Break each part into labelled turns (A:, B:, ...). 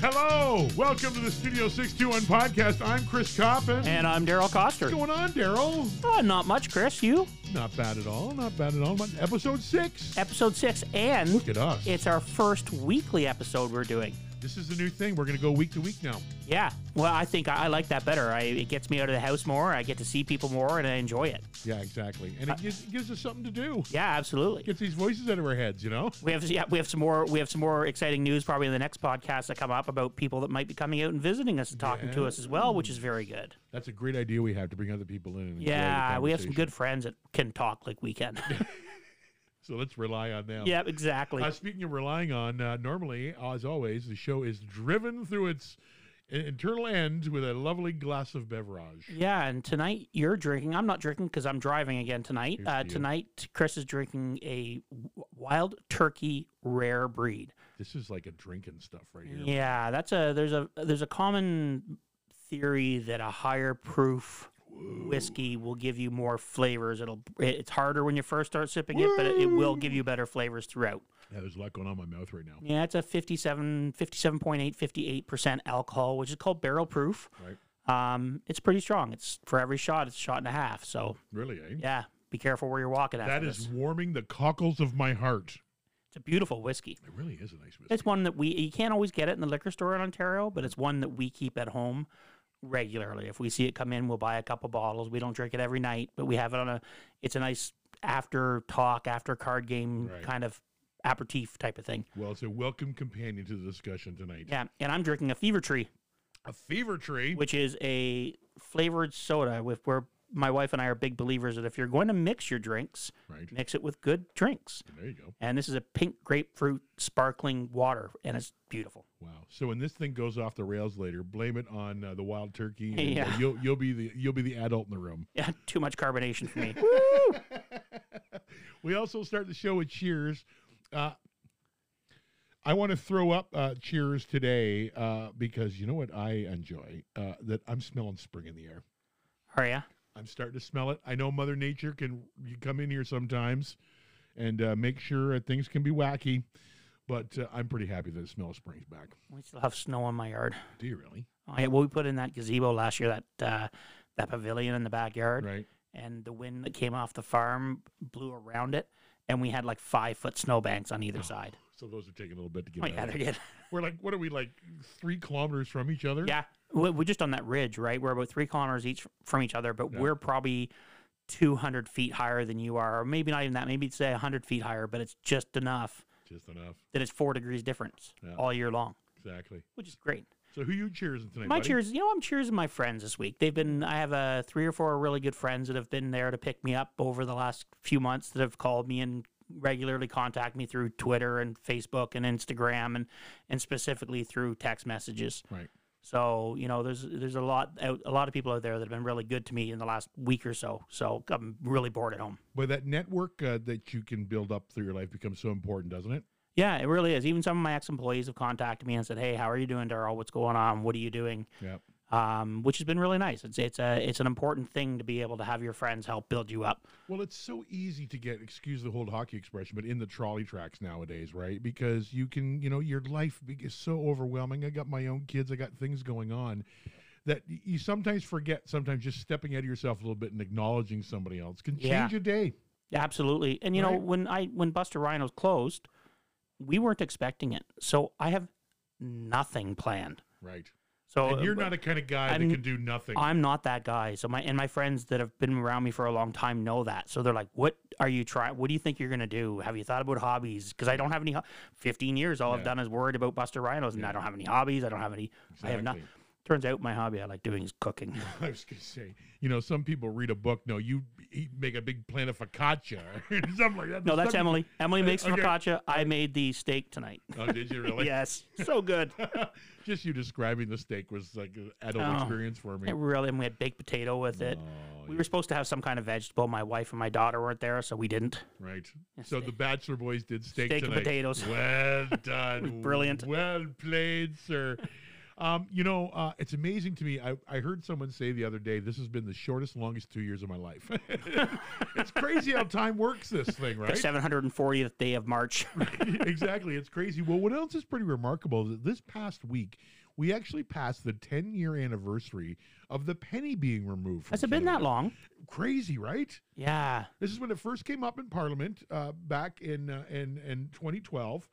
A: Hello. Welcome to the Studio 621 podcast. I'm Chris Coppin.
B: And I'm Daryl Coster.
A: What's going on, Daryl?
B: Oh, not much, Chris. You?
A: Not bad at all. Not bad at all. But episode six.
B: Episode six. And
A: Look at us.
B: it's our first weekly episode we're doing.
A: This is the new thing. We're going to go week to week now.
B: Yeah. Well, I think I, I like that better. I, it gets me out of the house more. I get to see people more and I enjoy it.
A: Yeah, exactly.
B: Uh,
A: And it gives, it gives us something to do.
B: Yeah, absolutely.
A: Gets these voices out of our heads, you know?
B: We have yeah, we have some more we have some more exciting news probably in the next podcast that come up about people that might be coming out and visiting us and talking to us as well, which is very good.
A: That's a great idea we have to bring other people in. And enjoy the
B: Yeah, we have some
A: conversation.
B: good friends that can talk like we can.
A: So let's rely on them.
B: yeah, exactly.
A: Uh, speaking of relying on, uh, normally, as always, the show is driven through its i- internal end with a lovely glass of beverage.
B: Yeah, and tonight you're drinking. I'm not drinking because I'm driving again tonight.
A: Here's
B: Uh,
A: to you.
B: tonight, Chris is drinking a w- wild turkey rare breed.
A: This is like a drinking stuff right here.
B: Yeah, that's a there's a there's a common theory that a higher proof whiskey will give you more flavors. It'll it- it's harder when you first start sipping it, but it, it will give you better flavors throughout.
A: Yeah, there's a lot going on in my mouth right now.
B: Yeah, it's a 57 57.8 58% alcohol, which is called barrel proof.
A: Right.
B: Um, it's pretty strong. It's for every shot, it's a shot and a half. So
A: Really, eh?
B: Yeah, be careful where you're walking at.
A: That is warming the cockles of my heart.
B: It's a beautiful whiskey.
A: It really is a nice whiskey.
B: It's one that we you can't always get it in the liquor store in Ontario, but it's one that we keep at home regularly. If we see it come in, we'll buy a couple bottles. We don't drink it every night, but we have it on a. It's a nice after talk, after card game
A: Right.
B: kind of aperitif type of thing.
A: Well, it's a welcome companion to the discussion tonight.
B: Yeah, and I'm drinking a Fever Tree,
A: A fever tree.
B: which is a flavored soda with where my wife and I are big believers that if you're going to mix your drinks,
A: Right.
B: mix it with good drinks.
A: There you go.
B: and this is a pink grapefruit sparkling water, and it's beautiful.
A: Wow. So when this thing goes off the rails later, blame it on uh, the wild turkey. and, uh,
B: Yeah.
A: You'll you'll be the you'll be the adult in the room.
B: Yeah, too much carbonation for me.
A: We also start the show with cheers. Uh, I want to throw up uh, cheers today uh, because you know what I enjoy uh, that I'm smelling spring in the air.
B: Are ya?
A: I'm starting to smell it. I know Mother Nature can you come in here sometimes and uh, make sure that things can be wacky, but uh, I'm pretty happy that the smell of spring's back.
B: We still have snow on my yard.
A: Do you really?
B: Oh, yeah, well, we put in that gazebo last year, that uh, that pavilion in the backyard,
A: Right.
B: and the wind that came off the farm blew around it, and we had like five foot snowbanks on
A: Oh,
B: either side.
A: So those are taking a little bit to get.
B: Oh, yeah,
A: out.
B: they're good.
A: We're like, what are we like, three kilometers from each other?
B: Yeah, we- we're just on that ridge, right? We're about three kilometers each from each other, but
A: Yeah.
B: we're probably 200 feet higher than you are, or maybe not even that. Maybe say 100 feet higher, but it's just enough
A: Just enough.
B: that it's four degrees difference
A: Yeah.
B: all year long.
A: Exactly.
B: which is great.
A: So who you cheers tonight?
B: My
A: buddy?
B: cheers, you know, I'm cheers my friends this week. They've been, I have uh, three or four really good friends that have been there to pick me up over the last few months that have called me and regularly contact me through Twitter and Facebook and Instagram and and specifically through text messages.
A: Right.
B: So you know, there's there's a lot out, a lot of people out there that have been really good to me in the last week or so. So I'm really bored at home.
A: But that network uh, that you can build up through your life becomes so important, doesn't it?
B: Yeah, it really is. Even some of my ex employees have contacted me and said, "Hey, how are you doing, Daryl? What's going on? What are you doing?"
A: Yeah.
B: um, which has been really nice. It's it's a it's an important thing to be able to have your friends help build you up.
A: Well, it's so easy to get, excuse the old hockey expression, but in the trolley tracks nowadays, right? Because you can, you know, your life be- is so overwhelming. I got my own kids, I got things going on that y- you sometimes forget, sometimes just stepping out of yourself a little bit and acknowledging somebody else can change
B: Yeah.
A: a day.
B: Absolutely. And you know
A: Right.
B: when I when Buster Rhino's closed, we weren't expecting it, so I have nothing planned.
A: Right.
B: So
A: And you're
B: uh,
A: not a kind of guy
B: I'm-
A: that can do nothing.
B: I'm not that guy. So my and my friends that have been around me for a long time know that. So they're like, "What are you trying? What do you think you're gonna do? Have you thought about hobbies? Because I don't have any. Ho- Fifteen years, all
A: Yeah.
B: I've done is worried about Buster Rhinos, and I don't have any hobbies. I don't have any. I have not.
A: Exactly.
B: Turns out my hobby I like doing is cooking.
A: I was gonna say, you know, some people read a book. No, you eat, make a big plan of focaccia or something like that.
B: No, that's
A: Some-
B: Emily. Emily makes
A: okay.
B: focaccia. I made the steak tonight.
A: Oh, did you really?
B: yes, so good.
A: Just you describing the steak was like an adult
B: Oh.
A: experience for me.
B: It really, and we had baked potato with it.
A: Oh,
B: we were supposed to have some kind of vegetable. My wife and my daughter weren't there, so we didn't.
A: right. So the Bachelor Boys did steak,
B: Steak and
A: tonight.
B: potatoes.
A: Well done.
B: brilliant.
A: Well played, sir. Um, you know, uh, it's amazing to me. I, I heard someone say the other day, this has been the shortest, longest two years of my life. it's crazy how time works this thing,
B: The
A: right?
B: 740th day of March.
A: exactly. It's crazy. Well, what else is pretty remarkable is that this past week, we actually passed the 10 year anniversary of the penny being removed. From
B: Has it been that
A: Canada.
B: long?
A: Crazy, right?
B: Yeah.
A: This is when it first came up in Parliament uh, back in, uh, in, in 2012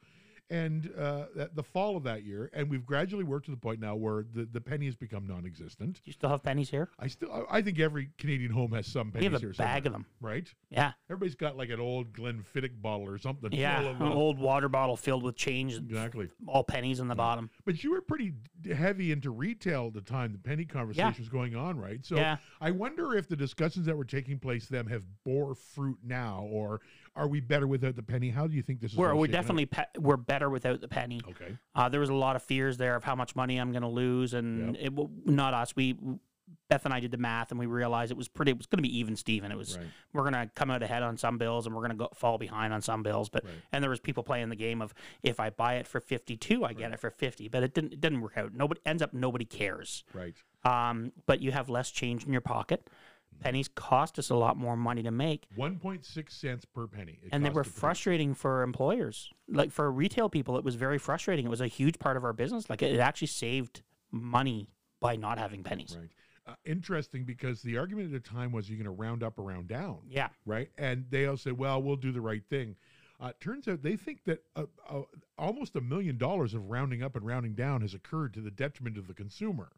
A: and uh, that, the fall of that year. And we've gradually worked to the point now where the, the penny has become non existent.
B: Do you still have pennies here?
A: I still, I- I think every Canadian home has some
B: We
A: pennies
B: have a
A: here
B: bag
A: somewhere,
B: of them.
A: right?
B: Yeah.
A: Everybody's got like an old Glenfiddich bottle or something. full
B: Yeah.
A: of
B: An
A: little-
B: old water bottle filled with change,
A: exactly.
B: all pennies in the bottom.
A: But you were pretty d- heavy into retail at the time the penny conversation was going on, right? So
B: Yeah.
A: I wonder if the discussions that were taking place then have bore fruit now, or are we better without the penny? How do you think this is?
B: We're,
A: all
B: we're
A: shaking up?
B: definitely pe- we're better without the penny.
A: okay.
B: Uh, there was a lot of fears there of how much money I'm going to lose, and it w not us. We Beth and I did the math, and we realized it was pretty. It was going to be even, Steven. It was
A: Right.
B: we're going to come out ahead on some bills, and we're going to go, fall behind on some bills. But
A: Right.
B: and there was people playing the game of if I buy it for 52, I get it for 50. But it didn't. It didn't work out. Nobody ends up. Nobody cares.
A: Right.
B: Um, but you have less change in your pocket.
A: Mm.
B: Pennies cost us a lot more money to make
A: One point six cents per penny. it
B: and they
A: cost
B: were
A: to produce.
B: frustrating for employers like for retail people it was very frustrating it was a huge part of our business like it actually saved money by not having pennies
A: Right. Uh, interesting because the argument at the time was you're going to round up or round down.
B: yeah
A: right? And they all say, "Well, we'll do the right thing." Uh, turns out they think that uh, uh, almost a million dollars of rounding up and rounding down has occurred to the detriment of the consumer,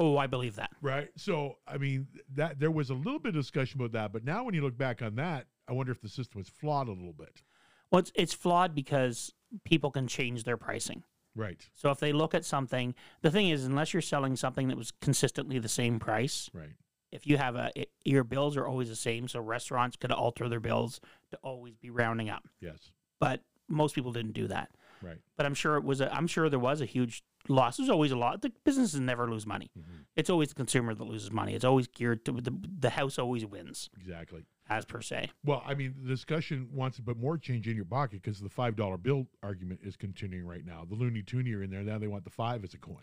B: oh i believe that
A: right? So, I mean, that there was a little bit of discussion about that, but now when you look back on that, I wonder if the system was flawed a little bit,
B: well it's, it's flawed because people can change their pricing
A: right?
B: so if they look at something the thing is unless you're selling something that was consistently the same price
A: Right.
B: if you have a i- your bills are always the same so restaurants could alter their bills to always be rounding up
A: Yes.
B: but most people didn't do that
A: Right.
B: but I'm sure it was. A, I'm sure there was a huge loss. There's always a lot. The businesses never lose money.
A: Mhm.
B: It's always the consumer that loses money. It's always geared to the the house always wins,
A: Exactly.
B: as per se.
A: Well, I mean, the discussion wants to put more change in your pocket because the five dollar bill argument is continuing right now. The Looney Tune are in there now; they want the five as a coin.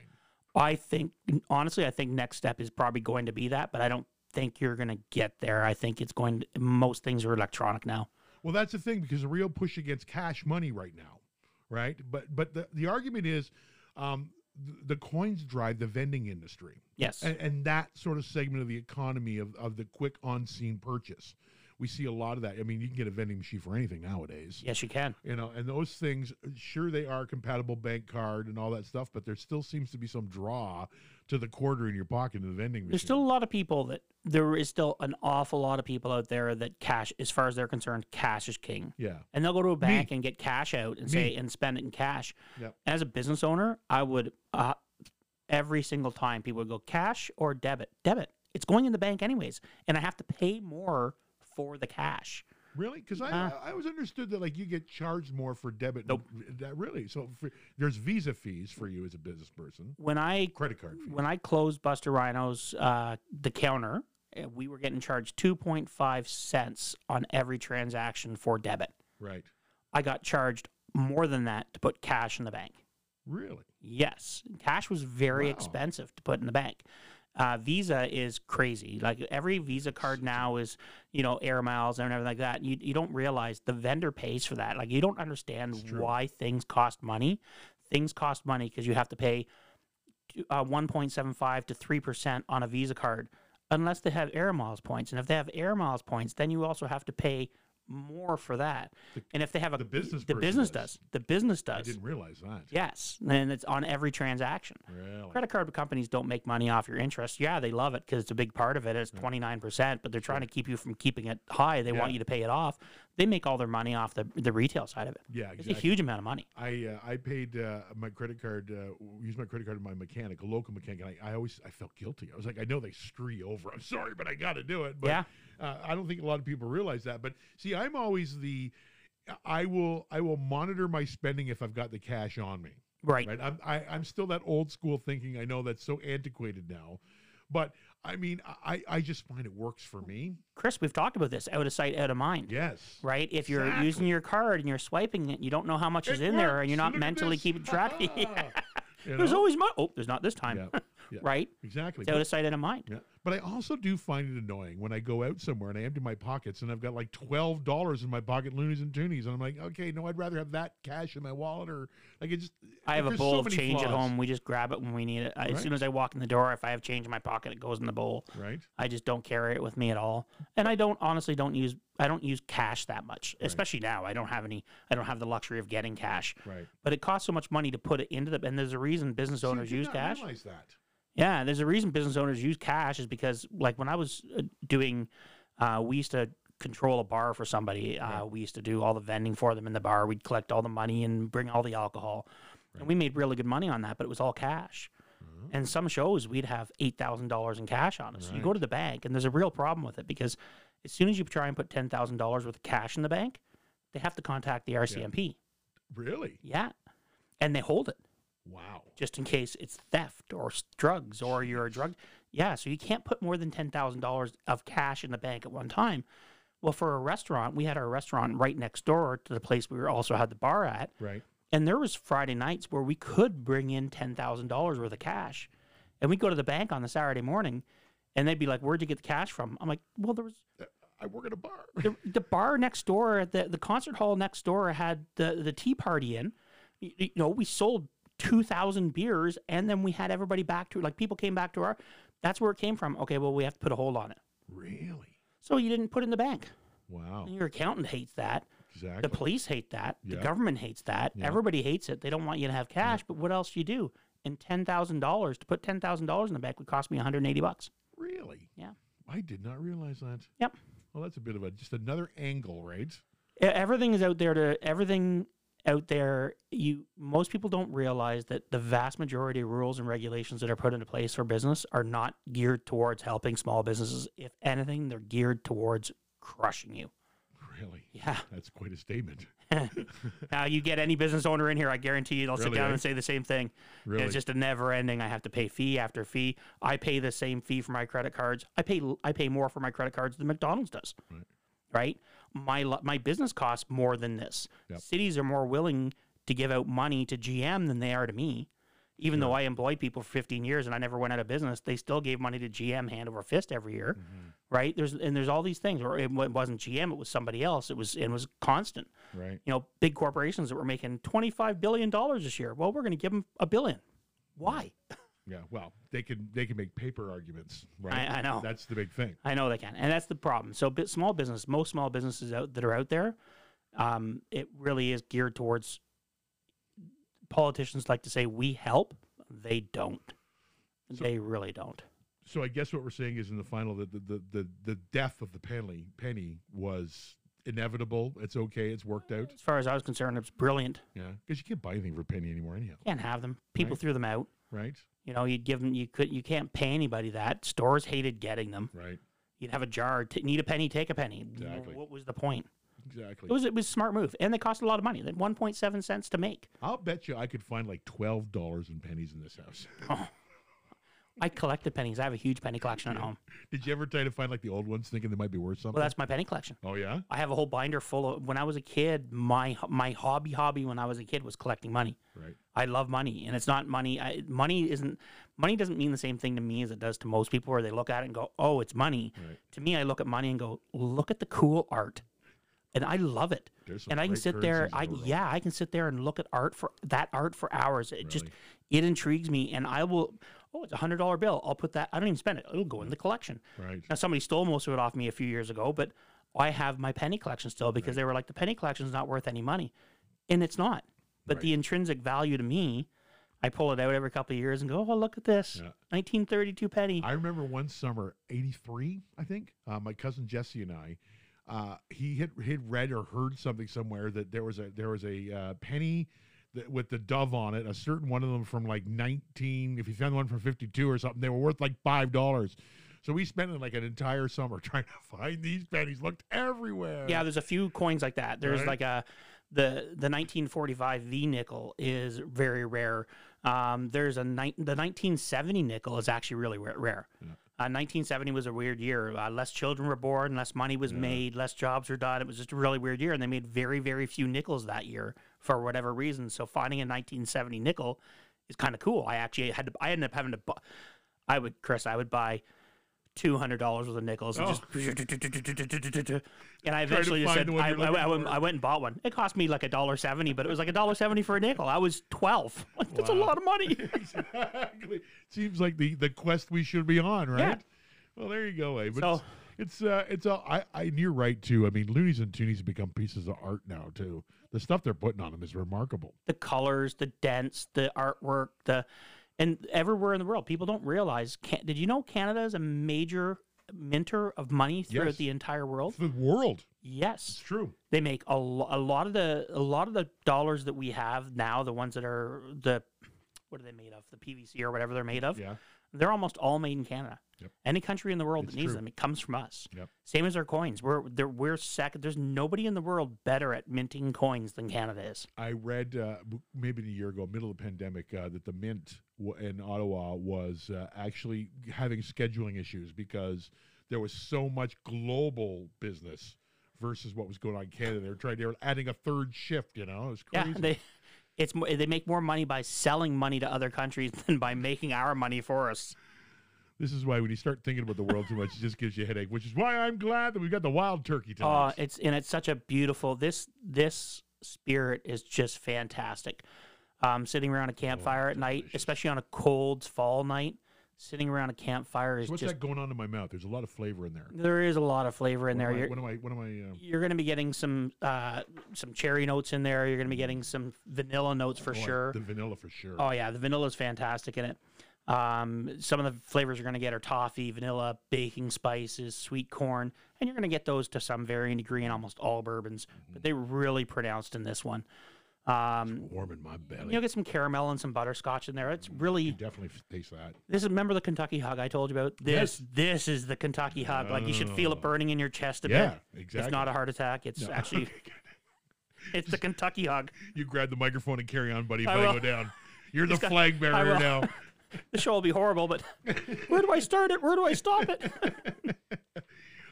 B: I think honestly, I think next step is probably going to be that, but I don't think you're going to get there. I think it's going. To, most things are electronic now.
A: Well, that's the thing because a real push against cash money right now, right? But but the, the argument is um, th- the coins drive the vending industry
B: Yes.
A: and, and that sort of segment of the economy of, of the quick on scene purchase. We see a lot of that. I mean, you can get a vending machine for anything nowadays.
B: yes, you can.
A: You know, and those things, sure, they are compatible bank card and all that stuff, but there still seems to be some draw to the quarter in your pocket in the vending machine.
B: There's still a lot of people that there is still an awful lot of people out there that cash, as far as they're concerned, cash is king.
A: yeah,
B: and they'll go to a bank and get cash out and say
A: Me.
B: and spend it in cash.
A: Yep.
B: As a business owner, I would uh, every single time people would go cash or debit. Debit. It's going in the bank anyways, and I have to pay more for the cash.
A: really? Because I,
B: Uh.
A: I always understood that like you get charged more for debit. and-
B: Nope.
A: that really. So for, there's Visa fees for you as a business person,
B: When I
A: credit card fees.
B: when I closed Buster Rhino's uh, the counter, uh, we were getting charged two point five cents on every transaction for debit.
A: Right.
B: I got charged more than that to put cash in the bank.
A: Really.
B: Yes, cash was very
A: Wow.
B: expensive to put in the bank. Uh, Visa is crazy. Like every Visa card now is, you know, air miles and everything like that. You, you don't realize the vendor pays for that. Like you don't
A: It's
B: understand
A: true.
B: why things cost money. Things cost money because you have to pay t- uh, 1.75 to 3% on a Visa card unless they have air miles points. And if they have air miles points, then you also have to pay more for that.
A: The-
B: and if they have a
A: the business
B: the
A: person
B: business
A: does.
B: does. The business
A: I
B: does.
A: didn't realize that.
B: Yes, and it's on every transaction.
A: Really.
B: Credit card companies don't make money off your interest. Yeah, they love it because it's a big part of it. It's twenty nine percent, but they're trying to keep you from keeping it high. They want
A: Hmm. Yeah.
B: you to pay it off. They make all their money off the the retail side of it.
A: Yeah.
B: It's
A: Exactly.
B: a huge amount of money.
A: I uh, I paid uh, my credit card. Uh, w- used my credit card to my mechanic, a local mechanic. And I, I always I felt guilty. I was like, I know they scree over. I'm sorry, but I got to do it. But
B: Yeah.
A: uh, I don't think a lot of people realize that. But see, I'm always the I will I will monitor my spending if I've got the cash on me.
B: Right.
A: right? I'm I, I'm still that old school thinking. I know that's so antiquated now, but I mean, I I just find it works for me.
B: Chris, we've talked about this out of sight, out of mind.
A: Yes,
B: Right? If you're
A: Exactly.
B: using your card and you're swiping it, you don't know how much is
A: It
B: in there and
A: works.
B: you're not
A: Look at
B: mentally
A: this.
B: keeping track.
A: Ha-ha. You
B: there's
A: know?
B: always money. Oh, there's not this time.
A: Yeah, yeah.
B: right?
A: exactly.
B: It's out of sight, out of mind.
A: Yeah. But I also do find it annoying when I go out somewhere and I empty my pockets and I've got like twelve dollars in my pocket, loonies and toonies, and I'm like, okay, no, I'd rather have that cash in my wallet or like it just.
B: I have a
A: there's
B: bowl
A: so
B: of
A: many
B: change at
A: flaws,
B: home. We just grab it when we need it. I, As
A: Right.
B: soon as I walk in the door, if I have change in my pocket, it goes in the bowl.
A: right?
B: I just don't carry it with me at all. And I don't honestly don't use I don't use cash that much, especially now. I don't have any. I don't have the luxury of getting cash.
A: Right.
B: But it costs so much money to put it into the. And there's a reason business
A: See, I
B: owners
A: did
B: use
A: not
B: cash.
A: Realize that.
B: Yeah, there's a reason business owners use cash is because like when I was uh, doing, uh, we used to control a bar for somebody. Uh, We used to do all the vending for them in the bar. We'd collect all the money and bring all the alcohol, and we made really good money on that. But it was all cash. And some shows we'd have eight thousand dollars in cash on us. You go to the bank, and there's a real problem with it because as soon as you try and put ten thousand dollars worth of cash in the bank, they have to contact the RCMP.
A: Really?
B: Yeah, and they hold it
A: Wow.
B: just in case it's theft or s- drugs or you're a drug. Yeah, so you can't put more than ten thousand dollars of cash in the bank at one time. Well, for a restaurant, we had our restaurant right next door to the place we were also had the bar at,
A: Right.
B: and there was Friday nights where we could bring in ten thousand dollars worth of cash, and we would go to the bank on the Saturday morning, and they'd be like, "Where'd you get the cash from?" I'm like, "Well, there was
A: I work at a bar.
B: the, the bar next door, the, the concert hall next door had the, the tea party in. You, you know, we sold 2,000 beers and then we had everybody back to, like, people came back to our, that's where it came from. Okay, well, we have to put a hold on it.
A: really?
B: So you didn't put it in the bank.
A: Wow.
B: And your accountant hates that.
A: Oh. Exactly.
B: The police hate that.
A: Yeah.
B: The government hates that.
A: Yeah.
B: Everybody hates it. They don't want you to have cash, but what else do you do? And $10,000, to put $10,000 in the bank would cost me 180 bucks.
A: really?
B: Yeah.
A: I did not realize that.
B: Yep.
A: Well, that's a bit of a just another angle, right?
B: E- everything is out there to everything out there you most people don't realize that the vast majority of rules and regulations that are put into place for business are not geared towards helping small businesses if anything they're geared towards crushing you
A: Really.
B: yeah
A: That's quite a statement.
B: now you get any business owner in here i guarantee you they'll sit
A: Really,
B: down
A: eh?
B: and say the same thing
A: Really.
B: it's just a never ending i have to pay fee after fee i pay the same fee for my credit cards i pay l- i pay more for my credit cards than mcdonald's does
A: Right.
B: right? My lo- my business costs more than this.
A: Yep.
B: Cities are more willing to give out money to GM than they are to me. Even though I employed people for 15 years and I never went out of business, they still gave money to GM hand over fist every year,
A: Mm-hmm. Mm.
B: right? There's and there's all these things. Or it wa- wasn't GM, it was somebody else. It was it was constant.
A: right.
B: You know, big corporations that were making 25 billion dollars this year. Well, we're going to give them a billion. Why?
A: Yeah. Well, they can they can make paper arguments, right?
B: I know.
A: That's the big thing.
B: I know they can, and that's the problem. So, bi- small business, most small businesses out that are out there, um, it really is geared towards. Politicians like to say we help, they don't. they really don't.
A: So I guess what we're saying is in the final that the the, the, the death of the penny penny was inevitable. It's okay. It's worked out.
B: As far as I was concerned, it's brilliant.
A: Yeah. Because you can't buy anything for a penny anymore, anyhow.
B: Can't have them. People
A: Right.
B: threw them out.
A: Right.
B: You know, you'd give them. You could. You can't pay anybody that. Stores hated getting them.
A: Right.
B: You'd have a jar. T- need a penny, take a penny.
A: Exactly.
B: What was the point?
A: Exactly.
B: It was it was a smart move, and they cost a lot of money. They one point seven cents to make.
A: I'll bet you I could find like twelve dollars in pennies in this house.
B: I collected pennies. I have a huge penny collection at home.
A: Did you ever try to find like the old ones, thinking they might be worth something?
B: Well, that's my penny collection.
A: oh yeah.
B: I have a whole binder full of. When I was a kid, my my hobby hobby when I was a kid was collecting money.
A: Right.
B: I love money, and it's not money. I, money isn't money doesn't mean the same thing to me as it does to most people, where they look at it and go, "Oh, it's money."
A: Right.
B: To me, I look at money and go, "Look at the cool art," and I love it.
A: There's some
B: And I can
A: great
B: sit there.
A: currencies
B: I
A: in the world.
B: yeah, I can sit there and look at art for that art for hours. It just it intrigues me, and I will. Oh, it's a hundred dollar bill. I'll put that. I don't even spend it. It'll go in the collection.
A: Right.
B: Now somebody stole most of it off me a few years ago, but I have my penny collection still because they were like the penny collection's not worth any money, and it's not. But the intrinsic value to me, I pull it out every couple of years and go, "Oh, look at this,
A: Yeah.
B: 1932 penny."
A: I remember one summer, '83, I think. Uh, my cousin Jesse and I, uh, he had had read or heard something somewhere that there was a there was a uh, penny that, with the dove on it, a certain one of them from like 19. If you found one from 52 or something, they were worth like five dollars. So we spent like an entire summer trying to find these pennies. Looked everywhere.
B: yeah, there's a few coins like that. There's
A: Right.
B: like a the the 1945 V nickel is very rare. Um, there's a ni- the 1970 nickel is actually really ra- rare. Uh, 1970 was a weird year. Uh, less children were born, less money was made, less jobs were done. It was just a really weird year, and they made very, very few nickels that year for whatever reason. So finding a 1970 nickel is kind of cool. I actually had to, I ended up having to, bu- I would, Chris, I would buy two hundred dollars worth of nickels and
A: Oh.
B: just, and I eventually just
A: find
B: said,
A: the one
B: I,
A: you're
B: I,
A: looking
B: I went,
A: for.
B: I went and bought one. It cost me like a dollar seventy, but it was like a dollar seventy for a nickel. I was twelve. Like, That's a
A: Wow.
B: lot of money.
A: exactly. Seems like the the quest we should be on, right? Well, there you go, Abe. But
B: So-
A: it's it's, uh, it's all I, I and you're right too. I mean, loonies and toonies become pieces of art now too. The stuff they're putting on them is remarkable.
B: the colors, the dents, the artwork, the and everywhere in the world, people don't realize. Can, did you know Canada is a major minter of money throughout
A: Yes.
B: the entire world?
A: It's the world. It's
B: Yes,
A: true.
B: they make a, lo- a lot of the a lot of the dollars that we have now, the ones that are the what are they made of? The PVC or whatever they're made of.
A: Yeah.
B: They're almost all made in Canada.
A: Yep.
B: Any country in the world
A: It's
B: that needs
A: true.
B: them, it comes from us.
A: Yep.
B: Same as our coins. We're they're- we're second. There's nobody in the world better at minting coins than Canada is.
A: I read uh, w- maybe a year ago, middle of the pandemic, uh, that the mint w- in Ottawa was uh, actually having scheduling issues because there was so much global business versus what was going on in Canada. They were trying, they were adding a third shift. You know, it was crazy.
B: Yeah, they it's mo- they make more money by selling money to other countries than by making our money for us.
A: This is why when you start thinking about the world too much, it just gives you a headache. Which is why I'm glad that we've got the wild turkey
B: Uh,
A: tonight.
B: it's and it's such a beautiful this this spirit is just fantastic. Um, sitting around a campfire at night,
A: Oh, delicious.
B: especially on a cold fall night, sitting around a campfire is
A: so what's
B: just
A: that going on in my mouth? There's a lot of flavor in there.
B: there is a lot of flavor in
A: What
B: there.
A: am I-
B: You're,
A: What am I? What am I? Uh,
B: you're going to be getting some uh, some cherry notes in there. You're going to be getting some vanilla notes for
A: oh, I-
B: sure.
A: The vanilla for sure.
B: Oh yeah, the vanilla is fantastic in it. Um, some of the flavors you're going to get are toffee, vanilla, baking spices, sweet corn, and you're going to get those to some varying degree in almost all bourbons, but they're
A: Mm-hmm.
B: really pronounced in this one. Um,
A: Warm in my belly.
B: you'll get some caramel and some butterscotch in there. It's
A: You
B: really
A: definitely f- taste that.
B: this is remember the Kentucky hug I told you about. This this is the Kentucky hug. Like you should feel it burning in your chest a
A: Oh. Yeah,
B: bit.
A: exactly.
B: It's not a heart attack. It's actually it's the Kentucky hug.
A: You grab the microphone and carry on, buddy. If
B: I
A: I,
B: will.
A: go down, you're the
B: got-
A: flag bearer
B: will.
A: now.
B: The show will be horrible, but where do I start it? Where do I stop it?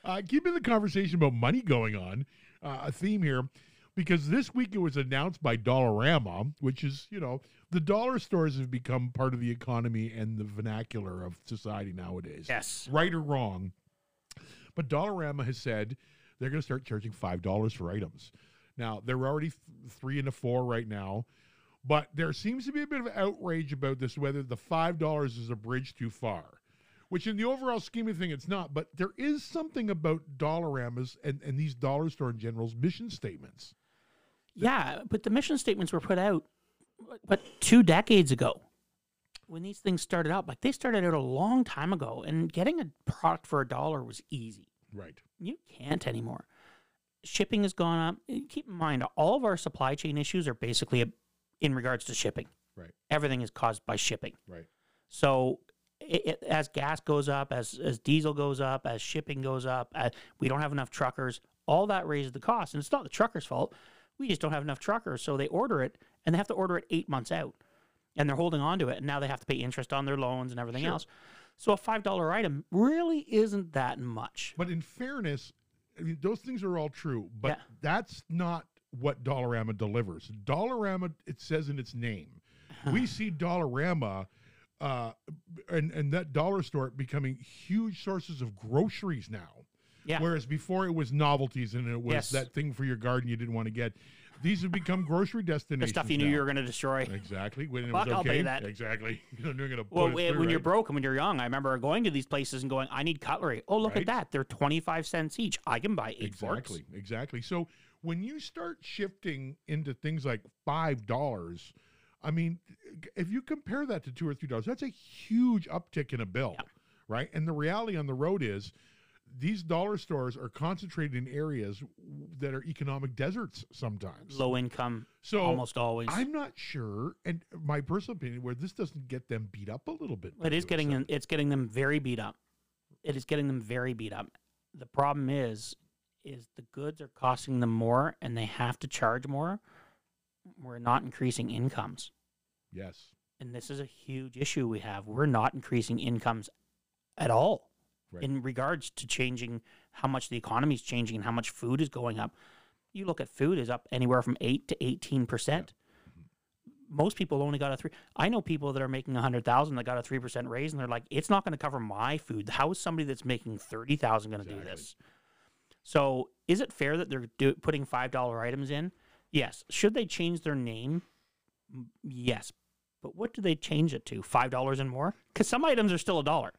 A: Uh, keeping the conversation about money going on, uh, a theme here, because this week it was announced by Dollarama, which is, you know, the dollar stores have become part of the economy and the vernacular of society nowadays.
B: Yes.
A: Right or wrong. But Dollarama has said they're going to start charging $5 for items. Now, they're already th- three and a four right now. But there seems to be a bit of outrage about this whether the $5 is a bridge too far, which in the overall scheme of thing, it's not. But there is something about Dollaramas and, and these dollar store in general's mission statements.
B: Yeah, but the mission statements were put out, but two decades ago, when these things started out, like they started out a long time ago, and getting a product for a dollar was easy.
A: Right.
B: You can't anymore. Shipping has gone up. And Keep in mind, all of our supply chain issues are basically in regards to shipping.
A: Right.
B: Everything is caused by shipping.
A: Right.
B: So, it, it, as gas goes up, as as diesel goes up, as shipping goes up, uh, we don't have enough truckers. All that raises the cost, and it's not the truckers' fault. We just don't have enough truckers, so they order it, and they have to order it eight months out, and they're holding on to it, and now they have to pay interest on their loans and everything
A: Sure.
B: else. So a five dollar item really isn't that much.
A: But in fairness, I mean, those things are all true, but
B: Yeah.
A: that's not what Dollarama delivers. Dollarama, it says in its name, we see Dollarama uh, and, and that dollar store becoming huge sources of groceries now.
B: Yeah.
A: Whereas before it was novelties and it was
B: Yes.
A: that thing for your garden you didn't want to get. These have become grocery
B: The
A: destinations.
B: stuff you knew
A: now.
B: you were going to destroy.
A: Exactly. When it
B: Fuck,
A: was
B: I'll
A: okay.
B: pay that.
A: Exactly. You're not gonna
B: Well,
A: put
B: when
A: it through,
B: you're
A: right?
B: broke and when you're young, I remember going to these places and going, "I need cutlery." Oh, look
A: Right.
B: at that! They're twenty five cents each. I can buy eight forks.
A: Exactly, exactly. So when you start shifting into things like five dollars, I mean, if you compare that to two or three dollars, that's a huge uptick in a bill,
B: Yeah.
A: right? And the reality on the road is these dollar stores are concentrated in areas that are economic deserts sometimes.
B: low income
A: so
B: almost always.
A: I'm not sure, and my personal opinion, where this doesn't get them beat up a little bit. by
B: it is
A: doing
B: getting
A: so.
B: them, it's getting them very beat up. It is getting them very beat up. The problem is is the goods are costing them more and they have to charge more. We're not increasing incomes.
A: yes.
B: And this is a huge issue we have. We're not increasing incomes at all
A: Right.
B: in regards to changing how much the economy is changing and how much food is going up. You look at food is up anywhere from 8 to 18%.
A: Mm-hmm.
B: most people only got a three. I know people that are making a hundred thousand that got a three percent raise, and they're like, "It's not going to cover my food. How is somebody that's making thirty thousand going to do
A: Exactly.
B: this?" So, is it fair that they're do- putting five dollar items in? Yes. Should they change their name? M- Yes. But what do they change it to? Five dollars and more? Because some items are still a dollar.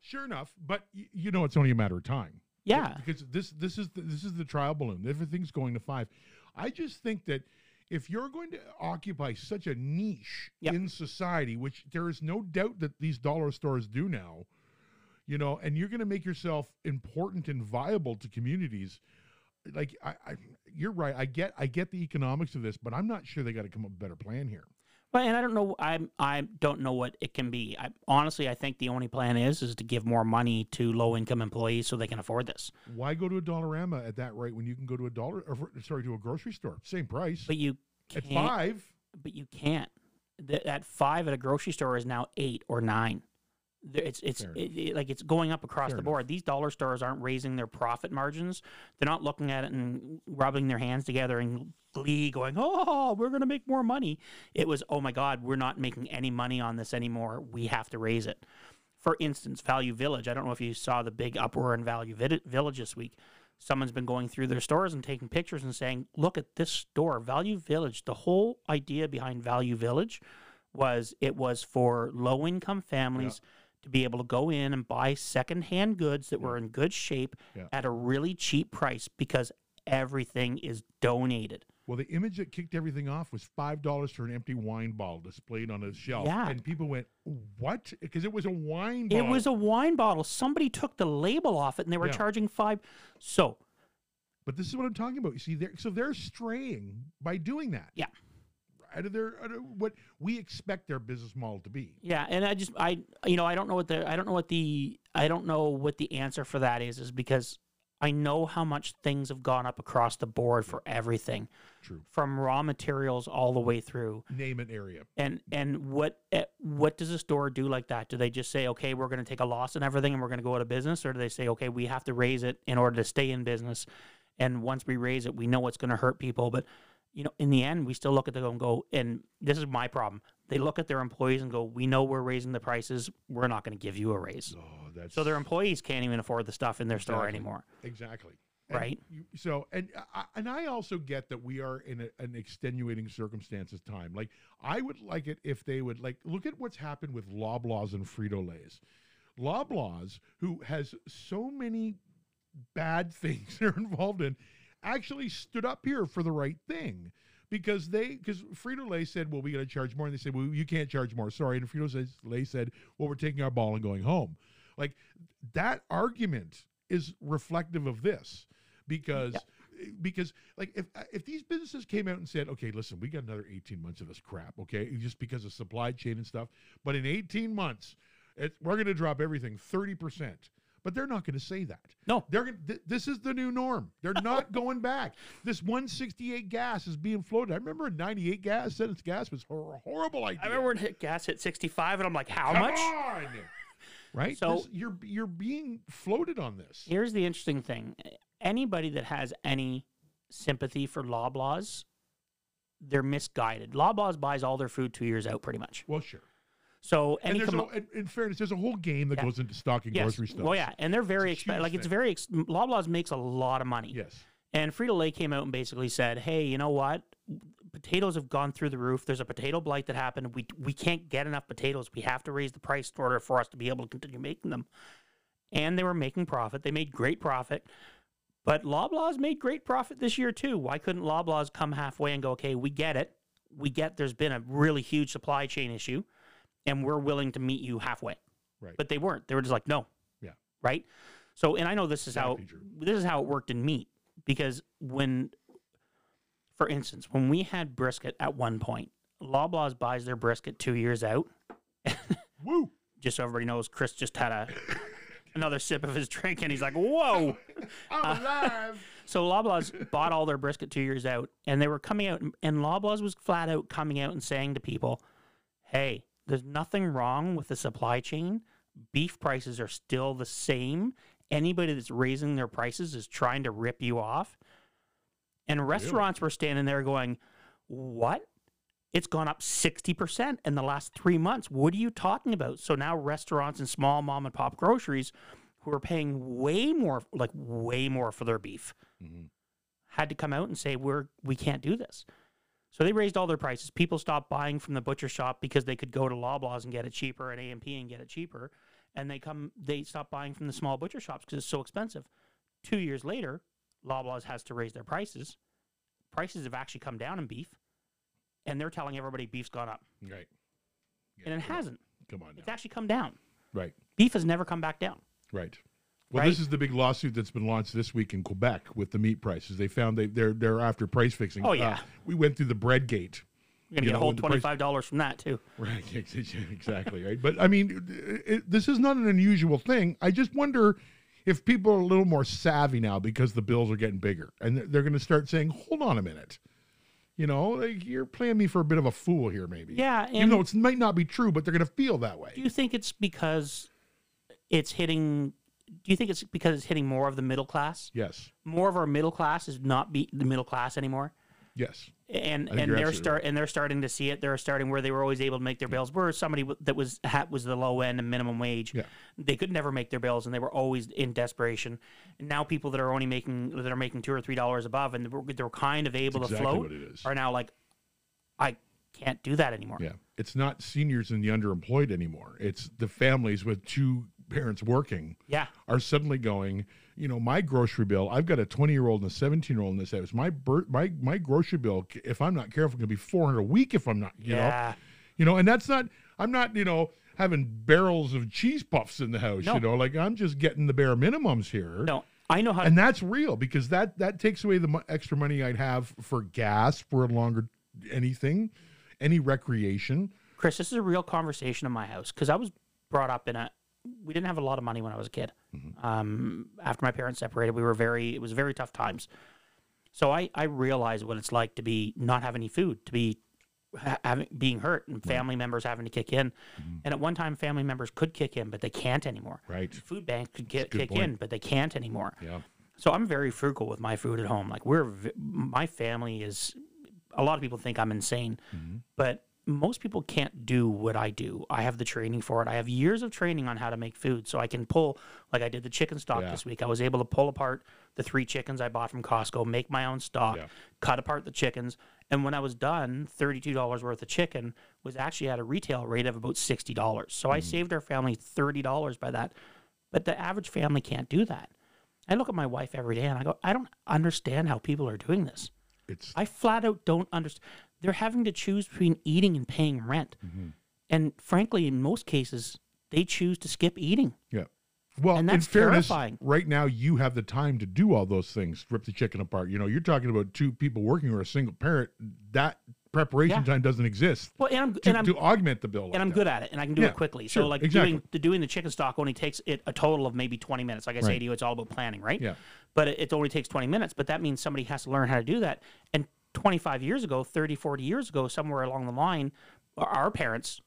A: Sure enough, but y- you know it's only a matter of time.
B: Yeah.
A: because this this is the, this is the trial balloon. Everything's going to five. I just think that if you're going to occupy such a niche
B: Yep.
A: in society, which there is no doubt that these dollar stores do now, you know, and you're going to make yourself important and viable to communities. Like I, I, you're right. I get I get the economics of this, but I'm not sure they got to come up with a better plan here.
B: Well, and I don't know. I I don't know what it can be. I, honestly, I think the only plan is is to give more money to low income employees so they can afford this.
A: Why go to a Dollarama at that rate when you can go to a dollar or for- sorry to a grocery store, same price
B: But you
A: at
B: can't.
A: five.
B: But you can't. Th- that five at a grocery store is now eight or nine. Th- It's it's
A: Fair
B: it, it- like it's going up across
A: Fair
B: the
A: enough.
B: board. These dollar stores aren't raising their profit margins. They're not looking at it and rubbing their hands together in glee, going, "Oh, we're going to make more money." It was, "Oh my God, we're not making any money on this anymore. We have to raise it." For instance, Value Village. I don't know if you saw the big uproar in Value Vid- Village this week. Someone's been going through their stores and taking pictures and saying, "Look at this store, Value Village." The whole idea behind Value Village was it was for low-income families to be able to go in and buy secondhand goods that were in good shape
A: Yeah.
B: at a really cheap price because everything is donated.
A: Well, the image that kicked everything off was five dollars for an empty wine bottle displayed on a shelf,
B: Yeah.
A: and people went, "What?" Because it was a wine
B: It
A: bottle.
B: was a wine bottle. Somebody took the label off it and they were
A: Yeah.
B: charging 5. So,
A: but this is what I'm talking about. You see, they're, so they're straying by doing that.
B: Yeah.
A: Out of their out of what we expect their business model to be.
B: Yeah, and I just I you know I don't know what the I don't know what the I don't know what the answer for that is is because I know how much things have gone up across the board for everything
A: True.
B: from raw materials all the way through.
A: Name an area.
B: And and what eh, what does a store do like that? Do they just say okay, we're going to take a loss and everything and we're going to go out of business or do they say okay, we have to raise it in order to stay in business and once we raise it, we know it's going to hurt people, but you know, in the end, we still look at them and go, and this is my problem. They look at their employees and go, we know we're raising the prices. We're not going to give you a raise.
A: Oh, that's
B: So their employees can't even afford the stuff in their store
A: Exactly.
B: anymore.
A: exactly And
B: Right.
A: you- so, and I, and I also get that we are in a, an extenuating circumstances time. Like, I would like it if they would like look at what's happened with Loblaws and Frito Lay's. Loblaws, who has so many bad things they're involved in, actually stood up here for the right thing. Because they, because Frito Lay said, "Well, we got to charge more," and they said, "Well, you can't charge more." Sorry, and Frito Lay said, "Well, we're taking our ball and going home." Like that argument is reflective of this, because because like if if these businesses came out and said, "Okay, listen, we got another eighteen months of this crap," okay, just because of supply chain and stuff, but in eighteen months, it, we're going to drop everything thirty percent. But they're not going to say that.
B: No.
A: they're gonna, th- this is the new norm. They're not going back. This 168 gas is being floated. I remember in 98 gas said its gas was hor- a horrible idea.
B: I remember when hit gas hit 65 and I'm like, how
A: Come
B: much?
A: on! right?
B: So-
A: This- you're you're being floated on this.
B: Here's the interesting thing. Anybody that has any sympathy for Loblaws, they're misguided. Loblaws buys all their food two years out pretty much.
A: Well, sure.
B: So
A: And
B: any
A: there's
B: com-
A: a, in, in fairness, there's a whole game that
B: Yeah.
A: goes into stocking
B: Yes.
A: grocery stuff.
B: Well, yeah, and they're very
A: It's a huge
B: expensive. Like it's
A: thing.
B: very ex- Loblaws makes a lot of money.
A: Yes.
B: And Frito Lay came out and basically said, "Hey, you know what? Potatoes have gone through the roof. There's a potato blight that happened. We we can't get enough potatoes. We have to raise the price in order for us to be able to continue making them." And they were making profit. They made great profit. But Loblaws made great profit this year too. Why couldn't Loblaws come halfway and go, "Okay, we get it. We get there's been a really huge supply chain issue, and we're willing to meet you halfway."
A: Right.
B: But they weren't. They were just like, "No."
A: Yeah.
B: Right? So, and I know this is how
A: Exactly true.
B: this is how it worked in meat because when, for instance, when we had brisket at one point, Loblaws buys their brisket two years out.
A: Woo.
B: Just so everybody knows, Chris just had a another sip of his drink and he's like, "Whoa!"
A: I'm alive.
B: So Loblaws bought all their brisket two years out, and they were coming out, and Loblaws was flat out coming out and saying to people, "Hey, there's nothing wrong with the supply chain. Beef prices are still the same. Anybody that's raising their prices is trying to rip you off." And restaurants were standing there going, "What? It's gone up 60% in the last three months. What are you talking about? So now restaurants and small mom and pop groceries who are paying way more, like way more for their beef,
A: hmm
B: had to come out and say, we're, we can't do this. So they raised all their prices. People stopped buying from the butcher shop because they could go to Loblaws and get it cheaper and AMP and get it cheaper. And they come, they stopped buying from the small butcher shops because it's so expensive. Two years later, Loblaws has to raise their prices. Prices have actually come down in beef, and they're telling everybody beef's gone up,
A: Right. Yeah,
B: and it
A: come on-
B: hasn't.
A: Come on now.
B: It's actually come down.
A: Right.
B: Beef has never come back down.
A: Right. Well, this
B: Right?
A: is the big lawsuit that's been launched this week in Quebec with the meat prices. They found they they're they're after price fixing. Uh,
B: Oh, yeah.
A: we went through the bread gate.
B: You're gonna
A: You
B: get
A: know,
B: a whole
A: when the price-
B: twenty five dollars from that too.
A: Right, ex- ex- exactly, right. But I mean, it, it- this is not an unusual thing. I just wonder if people are a little more savvy now because the bills are getting bigger and they're, they're going to start saying, "Hold on a minute." You know, like you're playing me for a bit of a fool here maybe.
B: Yeah,
A: You
B: and
A: know, it might not be true, but they're going to feel that way.
B: do you think it's because it's hitting? Do you think it's because it's hitting more of the middle class?
A: yes.
B: More of our middle class is not be the middle class anymore.
A: Yes.
B: and
A: think
B: and
A: you're
B: they're
A: absolutely
B: start and they're starting to see it. They're starting where they were always able to make their bills. Where somebody w- that was hat was the low end and minimum wage,
A: Yeah.
B: they could never make their bills, and they were always in desperation. And now people that are only making that are making two or three dollars above, and they're, they're kind of able
A: exactly
B: to float,
A: what it is.
B: are now like, I can't do that anymore.
A: Yeah. It's not seniors and the underemployed anymore. It's the families with two parents working
B: Yeah.
A: are suddenly going, you know, my grocery bill, I've got a 20 year old and a 17 year old in this house. My, bir- my, my grocery bill, c- if I'm not careful, can be 400 a week if I'm not, you know,
B: yeah.
A: you know, and that's not, I'm not, you know, having barrels of cheese puffs in the house,
B: No.
A: you know, like I'm just getting the bare minimums here.
B: No, I know how. To,
A: And that's real because that, that takes away the mo- extra money I'd have for gas for a longer, anything, any recreation.
B: Chris, this is a real conversation in my house because I was brought up in a. We didn't have a lot of money when I was a kid.
A: Mm-hmm.
B: Um, after my parents separated, we were very. It was very tough times. So I I realized what it's like to be not have any food, to be ha- having being hurt, and family members having to kick in. And at one time, family members could kick in, but they can't anymore.
A: Mm-hmm. Right.
B: Food banks could get,
A: good
B: kick in, but they can't anymore.
A: Yeah.
B: So I'm very frugal with my food at home. Like we're v- my family is a lot of people think I'm insane,
A: Mm-hmm.
B: but most people can't do what I do. I have the training for it. I have years of training on how to make food, so I can pull like I did the chicken stock
A: Yeah.
B: this week. I was able to pull apart the three chickens I bought from Costco, make my own stock,
A: Yeah.
B: cut apart the chickens, and when I was done, thirty-two dollars worth of chicken was actually at a retail rate of about sixty dollars. So
A: Mm-hmm.
B: I saved our family thirty dollars by that. But the average family can't do that. I look at my wife every day and I go, I don't understand how people are doing this.
A: It's
B: I flat out don't understand. They're having to choose between eating and paying rent.
A: Mm-hmm.
B: And frankly, in most cases, they choose to skip eating.
A: Yeah. Well,
B: And that's
A: in fairness,
B: terrifying.
A: right now you have the time to do all those things, rip the chicken apart. You know, you're talking about two people working or a single parent. That preparation
B: Yeah.
A: time doesn't exist
B: Well, and I'm,
A: to,
B: and I'm,
A: to augment the bill. like
B: and I'm
A: that.
B: good at it and I can do
A: Yeah,
B: it quickly.
A: sure,
B: so, like,
A: exactly.
B: doing, the, doing the chicken stock only takes it a total of maybe 20 minutes. Like I say
A: Right.
B: to you, it's all about planning, right?
A: Yeah.
B: But it, it only takes 20 minutes. But that means somebody has to learn how to do that. And 25 years ago, 30, 40 years ago, somewhere along the line, our parents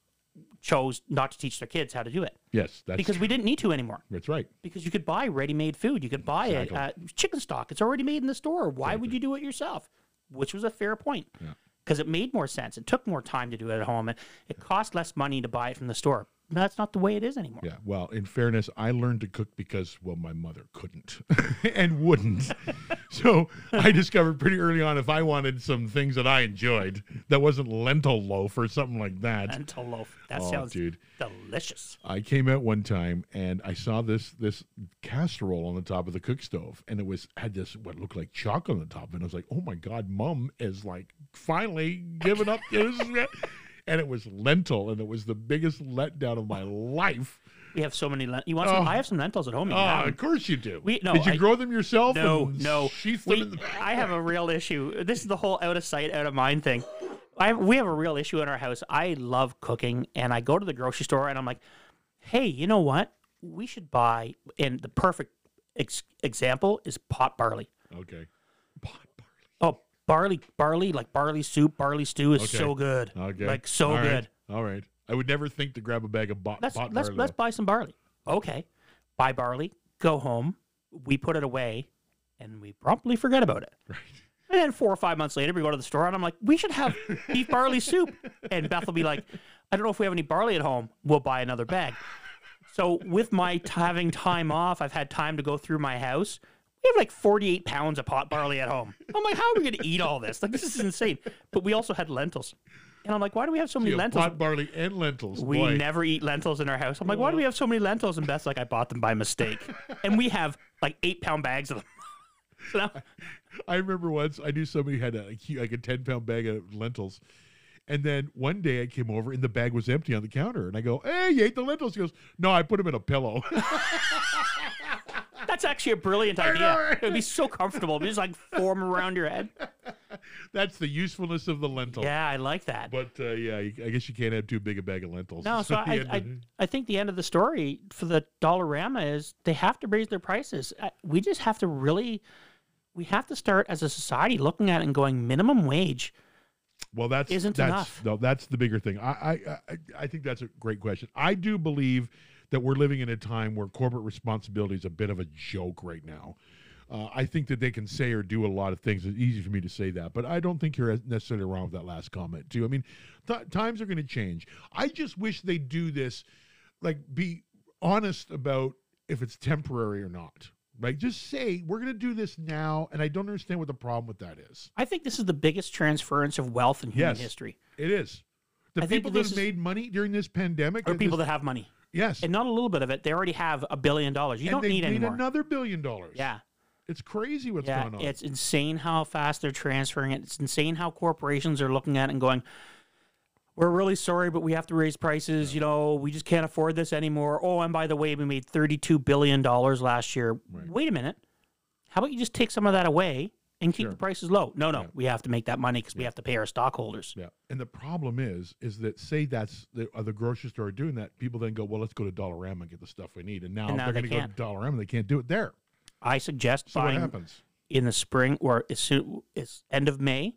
B: chose not to teach their kids how to do it.
A: Yes, that's
B: because we didn't need to anymore.
A: that's right.
B: Because you could buy ready-made food, you could buy
A: Exactly.
B: it uh, chicken stock. It's already made in the store. Why would you do it yourself? Which was a fair point.
A: Yeah.
B: Because it made more sense. It took more time to do it at home. It, it cost less money to buy it from the store. No, that's not the way it is anymore.
A: Yeah. Well, in fairness, I learned to cook because well, my mother couldn't and wouldn't. so I discovered pretty early on if I wanted some things that I enjoyed, that wasn't lentil loaf or something like that.
B: Lentil loaf. That
A: Oh,
B: sounds
A: dude.
B: delicious.
A: I came out one time and I saw this this casserole on the top of the cook stove, and it was had this what looked like chalk on the top, and I was like, "Oh my god, mom is like finally giving up this." and it was lentil, and it was the biggest letdown of my life.
B: We have so many. Lent- you want some?
A: Oh.
B: I have some lentils at home. You can have
A: Oh,
B: 'em.
A: of course you do.
B: Uh, We- no,
A: Did you
B: I-
A: grow them yourself?
B: No,
A: and
B: no.
A: Sheath them
B: We,
A: Oh, in the back.
B: I have a real issue. This is the whole out of sight, out of mind thing. I we have a real issue in our house. I love cooking, and I go to the grocery store, and I'm like, "Hey, you know what? We should buy." And the perfect ex- example is pot barley.
A: Okay. Pot barley.
B: Oh, barley, barley, like barley soup, barley stew is
A: Okay.
B: so good.
A: Okay.
B: Like so
A: All right.
B: good.
A: All right. I would never think to grab a bag of bot,
B: Let's
A: pot
B: let's
A: barley.
B: let's buy some barley. Okay, buy barley. Go home. We put it away, and we promptly forget about it.
A: Right.
B: And then four or five months later, we go to the store and I'm like, we should have beef barley soup. And Beth will be like, I don't know if we have any barley at home. We'll buy another bag. So with my t- having time off, I've had time to go through my house. We have like 48 pounds of pot barley at home. I'm like, how are we going to eat all this? Like, this is insane. But we also had lentils. And I'm like, why do we have so many
A: You have
B: lentils?
A: Pot barley and lentils.
B: We
A: Boy.
B: never eat lentils in our house. I'm like, why do we have so many lentils? And Beth's like, I bought them by mistake. and we have like eight pound bags of them. so now,
A: I remember once I knew somebody had a hu- like a ten pound bag of lentils, and then one day I came over and the bag was empty on the counter, and I go, "Hey, you ate the lentils?" He goes, "No, I put them in a pillow."
B: that's actually a brilliant
A: know,
B: idea.
A: right?
B: It would be so comfortable. You just like form around your head.
A: That's the usefulness of the lentil.
B: Yeah, I like that.
A: But uh, yeah, you- I guess you can't have too big a bag of lentils.
B: No, so
A: you
B: I,
A: had to-
B: I, I think the end of the story for the Dollarama is they have to raise their prices. I- We just have to really, we have to start as a society looking at it and going minimum wage.
A: well, that's
B: isn't
A: that's,
B: enough.
A: No, that's the bigger thing. I, I I I think that's a great question. I do believe that we're living in a time where corporate responsibility is a bit of a joke right now. Uh, I think that they can say or do a lot of things. It's easy for me to say that, but I don't think you're necessarily wrong with that last comment too. I mean, th- times are going to change. I just wish they do this, like be honest about if it's temporary or not. Right? Just say we're going to do this now, and I don't understand what the problem with that is.
B: I think this is the biggest transference of wealth in human
A: Yes.
B: history.
A: It is. The
B: I think
A: people
B: that
A: that
B: this
A: have
B: is-
A: made money during this pandemic
B: Or
A: and
B: people
A: this-
B: that have money.
A: yes,
B: And not a little bit of it. They already have a billion dollars. You
A: and
B: don't
A: they
B: need any more.
A: another billion dollars.
B: Yeah.
A: it's crazy what's
B: yeah.
A: going on.
B: It's insane how fast they're transferring it. It's insane how corporations are looking at it and going, we're really sorry, but we have to raise prices. You know, we just can't afford this anymore. Oh, and by the way, we made $32 billion last year.
A: Right.
B: Wait a minute. How about you just take some of that away and keep
A: Sure.
B: the prices low? No, no.
A: Yeah.
B: We have to make that money because we have to pay our stockholders.
A: yeah, and the problem is, is that say that's the, uh, the grocery store doing that, people then go, well, let's go to Dollarama and get the stuff we need, and now
B: And
A: if
B: now
A: they're
B: they
A: going to go to Dollarama, they can't do it there.
B: I suggest
A: So what
B: buying
A: happens?
B: in the spring or as soon as end of May,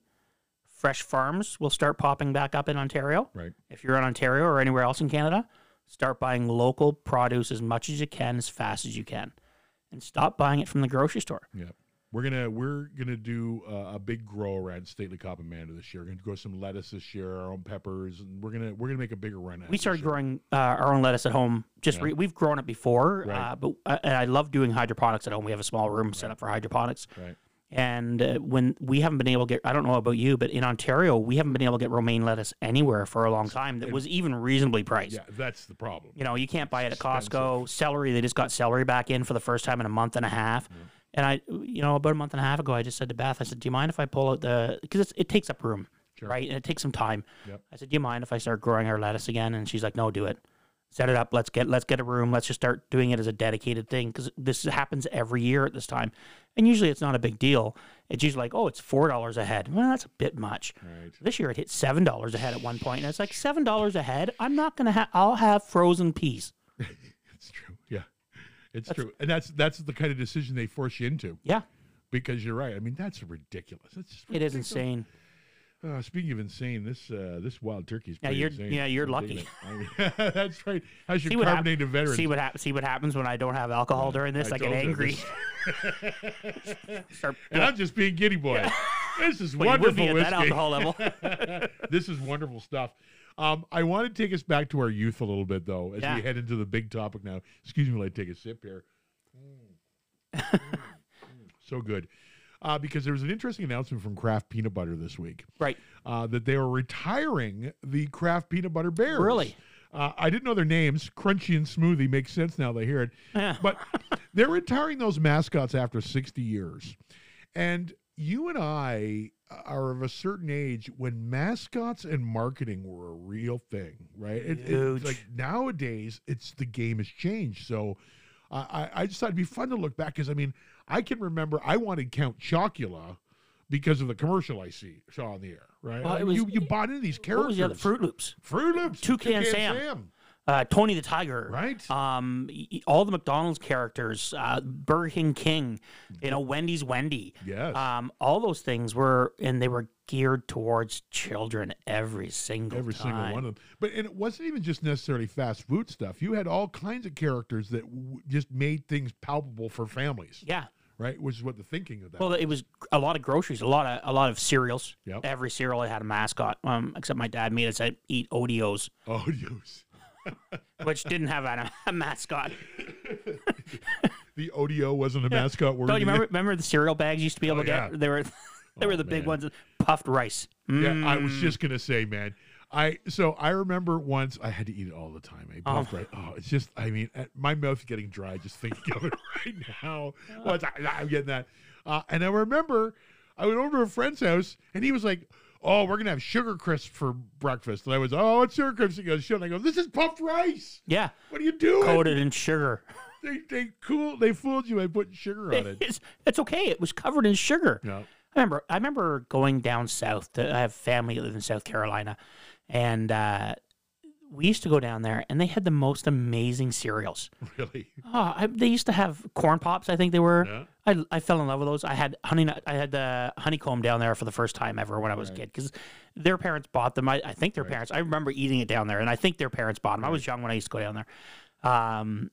B: fresh farms will start popping back up in Ontario.
A: Right.
B: If you're in Ontario or anywhere else in Canada, start buying local produce as much as you can, as fast as you can, and stop buying it from the grocery store.
A: Yeah. We're gonna we're gonna do uh, a big grow around Stately Cop Amanda this year. We're gonna grow some lettuce this year, our own peppers, and we're gonna we're gonna make a bigger run. at it
B: We
A: this
B: started
A: year.
B: growing uh, our own lettuce at home. Just
A: Yeah.
B: re- we've grown it before,
A: Right.
B: uh, but uh, and I love doing hydroponics at home. We have a small room set up for hydroponics,
A: Right.
B: and uh, when we haven't been able to get, I don't know about you, but in Ontario we haven't been able to get romaine lettuce anywhere for a long time that was even reasonably priced.
A: Yeah, that's the problem.
B: You know, you can't buy it at Costco. Celery, they just got celery back in for the first time in a month and a half.
A: Mm-hmm.
B: And I, you know, about a month and a half ago, I just said to Beth, I said, "Do you mind if I pull out the? Because it takes up room,
A: Sure.
B: right? And it takes some time."
A: Yep.
B: I said, "Do you mind if I start growing our lettuce again?" And she's like, "No, do it. Set it up. Let's get let's get a room. Let's just start doing it as a dedicated thing because this happens every year at this time, and usually it's not a big deal. It's usually like, oh, it's four dollars a head. Well, that's a bit much.
A: Right.
B: This year it hit seven dollars a head at one point, and it's like seven dollars a head. I'm not gonna have. I'll have frozen peas.
A: It's true. Yeah. It's true. And that's that's the kind of decision they force you into
B: Yeah,
A: because you're right. I mean, that's ridiculous. It's just
B: it is
A: ridiculous.
B: insane.
A: Uh, speaking of insane, this uh, this wild turkey is
B: Yeah,
A: pretty
B: you're-
A: insane.
B: yeah, you're
A: I'm digging
B: lucky.
A: it. I mean, that's right. How's your
B: See what hap-
A: carbonated veteran?
B: See what happens. See what happens when I don't have alcohol during this. I, get
A: told you
B: angry.
A: this-
B: Start,
A: and I'm just being giddy boy. This is
B: Well, you would be
A: wonderful
B: at that
A: whiskey.
B: alcohol level.
A: this is wonderful stuff. Um, I want to take us back to our youth a little bit, though, as
B: Yeah.
A: we head into the big topic now. Excuse me while I take a sip here. Mm. Mm. Mm. so good. Uh, because there was an interesting announcement from Kraft Peanut Butter this week
B: right.
A: uh, that they were retiring the Kraft Peanut Butter Bears.
B: Really?
A: Uh, I didn't know their names. Crunchy and Smoothie makes sense now that I hear it.
B: Yeah.
A: But they're retiring those mascots after 60 years. And you and I are of a certain age when mascots and marketing were a real thing, right? It- it's
B: Huge.
A: like nowadays, it's the game has changed. So I, I, I just thought it'd be fun to look back because I mean, I can remember I wanted Count Chocula because of the commercial I see saw on the air, right?
B: Well, it
A: Like,
B: was-
A: you you bought into these characters.
B: What was the other Fruit Loops?
A: Fruit Loops,
B: Toucan Sam. Uh, Tony the Tiger.
A: right?
B: um, y- y- all the McDonald's characters, uh, Burger King King, you know, Wendy's Wendy,
A: yes,
B: um, all those things were, and they were geared towards children every single
A: every
B: time.
A: single one of them. But and it wasn't even just necessarily fast food stuff. You had all kinds of characters that w- just made things palpable for families,
B: Yeah,
A: right? Which is what the thinking of that.
B: Well, it was a lot of groceries, a lot of a lot of cereals.
A: Yep.
B: Every cereal had a mascot, um, except my dad made us uh, eat Odeos,
A: oh, yes.
B: which didn't have a, a mascot.
A: The ODO wasn't a mascot word.
B: Don't you
A: either.
B: remember? Remember the cereal bags you used to be able to get?
A: Oh, yeah. Oh,
B: They were they were the big
A: man.
B: ones, puffed rice. Mm.
A: Yeah, I was
B: Hmm.
A: just gonna say, man. I so I remember once I had to eat it all the time. I puffed right. Oh, it's just I mean, uh, my mouth's getting dry just thinking of it right now. Once I, I'm getting that, uh, and I remember I went over to a friend's house and he was like, "Oh, we're gonna have sugar crisps for breakfast." And I was, "Oh, it's sugar crisps." He goes, "Shut!" I go, "This is puffed rice.
B: Yeah,
A: What are you doing?
B: coated in sugar.
A: They they cool. They fooled you by putting sugar on it."
B: It's, it's okay. It was covered in sugar.
A: No.
B: I remember I remember going down south. To, I have family that live in South Carolina, and uh, we used to go down there, and they had the most amazing cereals.
A: Really?
B: Oh, I, they used to have corn pops. I think they were.
A: Yeah.
B: I, I fell in love with those. I had honey nut. I had the honeycomb down there for the first time ever when I was a kid because their parents bought them. I, I think their parents. I remember eating it down there, and I think their parents bought them. I was young when I used to go down there, um,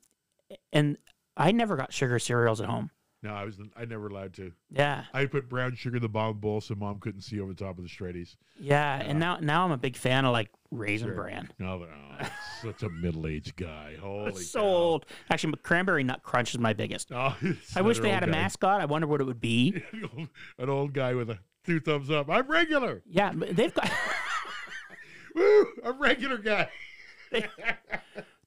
B: and I never got sugar cereals at home.
A: No, I was. I never allowed to.
B: Yeah,
A: I put brown sugar in the bottom bowl so mom couldn't see over the top of the straighties.
B: yeah. And now now I'm a big fan of like raisin
A: Sure.
B: bran.
A: No, but, oh, such a middle aged guy. Holy
B: It's so
A: cow.
B: old. Actually, my cranberry nut crunch is my biggest.
A: Oh, it's
B: I wish
A: another
B: they had a
A: old guy.
B: mascot. I wonder what it would be.
A: An old guy with a two thumbs up. I'm regular.
B: Yeah, but they've got.
A: Woo! I'm regular guy.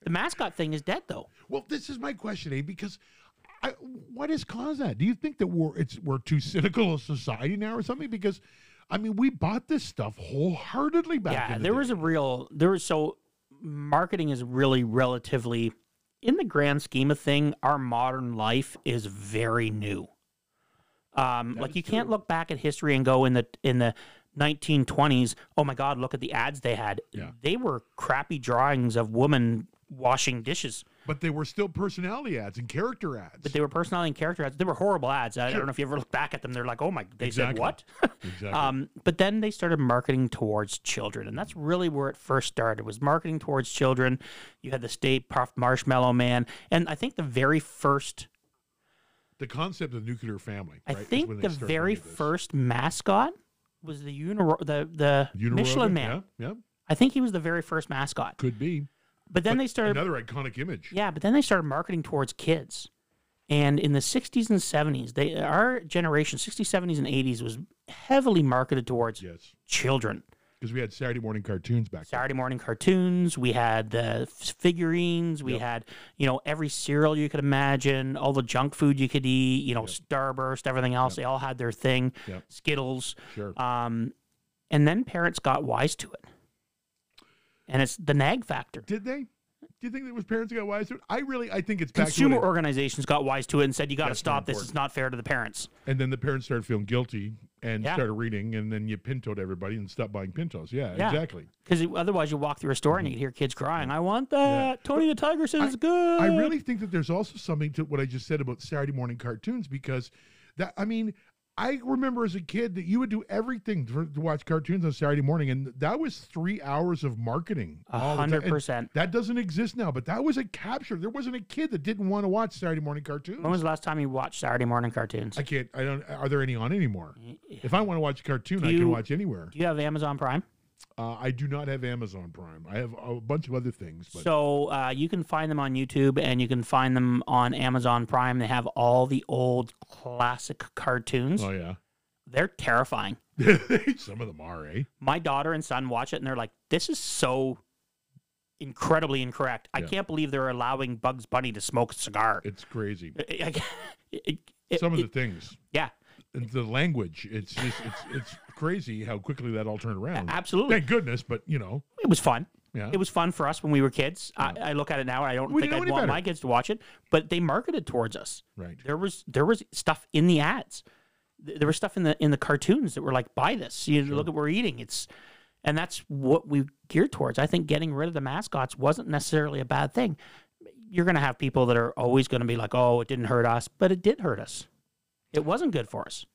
B: The mascot thing is dead though.
A: Well, this is my question, eh? Because I, what has caused that? Do you think that we're it's we're too cynical a society now or something? Because I mean, we bought this stuff wholeheartedly back.
B: yeah,
A: in the
B: there
A: day.
B: was a real there was so marketing is really relatively in the grand scheme of thing. Our modern life is very new. Um, like
A: is
B: you can't look back at history and go in the in the 1920s. Oh my God, look at the ads they had.
A: Yeah.
B: They were crappy drawings of women washing dishes.
A: but they were still personality ads and character ads.
B: But they were personality and character ads. They were horrible ads. I, I don't know if you ever look back at them. They're like, oh my, they
A: Exactly.
B: said what?
A: exactly.
B: Um, but then they started marketing towards children, and that's really where it first started. Was marketing towards children. You had the state puffed marshmallow man, and I think the very first,
A: the concept of nuclear family.
B: I
A: right, is when
B: think
A: they
B: the
A: started
B: very
A: any of this.
B: first mascot was the Uniro- the the
A: Uniroga?
B: Michelin Man.
A: Yeah, yeah,
B: I think he was the very first mascot.
A: could be.
B: But then they started,
A: Another iconic image.
B: yeah, but then they started marketing towards kids. And in the 60s and 70s, they our generation, 60s, 70s, and 80s was heavily marketed towards
A: Yes,
B: children.
A: because we had Saturday morning cartoons back then.
B: Saturday morning cartoons. We had the f- figurines. We had, you know, every cereal you could imagine, all the junk food you could eat, you know, Starburst, everything else. They all had their thing,
A: Yep.
B: Skittles.
A: Sure.
B: Um, and then parents got wise to it. And it's the nag factor.
A: Did they? Do you think that was parents got wise to it? I really, I think it's back
B: Consumer
A: to what
B: organizations got wise to it and said, you got to
A: That's more
B: stop this. It's not fair to the parents.
A: it- and then the parents started feeling guilty and
B: Yeah.
A: started reading, and then you pintoed everybody and stopped buying pintos. Yeah,
B: Yeah.
A: exactly.
B: Because otherwise, you walk through a store and you could hear kids crying, I want that. Tony the Tiger says it's good.
A: Mm-hmm. I really think that there's also something to what I just said about Saturday morning cartoons because that I mean I remember as a kid that you would do everything for, to watch cartoons on Saturday morning, and that was three hours of marketing.
B: A
A: all the time.
B: hundred
A: And
B: percent.
A: That doesn't exist now, but that was a capture. There wasn't a kid that didn't want to watch Saturday morning cartoons.
B: When was the last time you watched Saturday morning cartoons?
A: I can't. I don't. Are there any on anymore? If I want to watch a cartoon, I
B: You-
A: can watch anywhere.
B: Do you have Amazon Prime?
A: Uh, I do not have Amazon Prime. I have a bunch of other things, but
B: So uh, you can find them on YouTube and you can find them on Amazon Prime. They have all the old classic cartoons.
A: oh yeah,
B: They're terrifying.
A: some of them are. Eh?
B: My daughter and son watch it and they're like, this is so incredibly incorrect. I
A: Yeah.
B: can't believe they're allowing Bugs Bunny to smoke a cigar.
A: It's crazy.
B: I- I- it- it-
A: Some of the
B: it-
A: things,
B: yeah,
A: and the language. It's just it's it's crazy how quickly that all turned around.
B: absolutely.
A: Thank goodness, but you know,
B: It was fun.
A: yeah.
B: It was fun for us when we were kids. I, I look at it now and I don't
A: We didn't
B: think
A: know
B: I'd
A: any
B: want
A: better.
B: my kids to watch it, but they marketed towards us.
A: right.
B: there was there was stuff in the ads. Th- There was stuff in the in the cartoons that were like, buy this. You look at what we're eating. It's and that's what we geared towards. I think getting rid of the mascots wasn't necessarily a bad thing. You're gonna have people that are always gonna be like, Oh, it didn't hurt us, but it did hurt us. It wasn't good for us.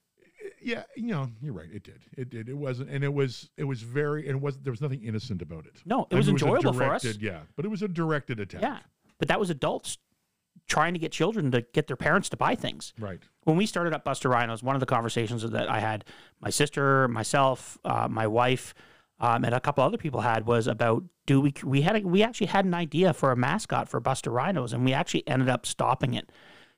A: Yeah, you know, you're right. It did. It did. It wasn't, and it was. It was very. And it was. There was nothing innocent about it.
B: No, it
A: I
B: was
A: mean, a
B: enjoyable for us.
A: directed- Yeah, but it was a directed attack.
B: Yeah. But that was adults trying to get children to get their parents to buy things.
A: Right.
B: When we started up Buster Rhinos, one of the conversations that I had, my sister, myself, uh, my wife, um, and a couple other people had was about do we we had a, we actually had an idea for a mascot for Buster Rhinos, and we actually ended up stopping it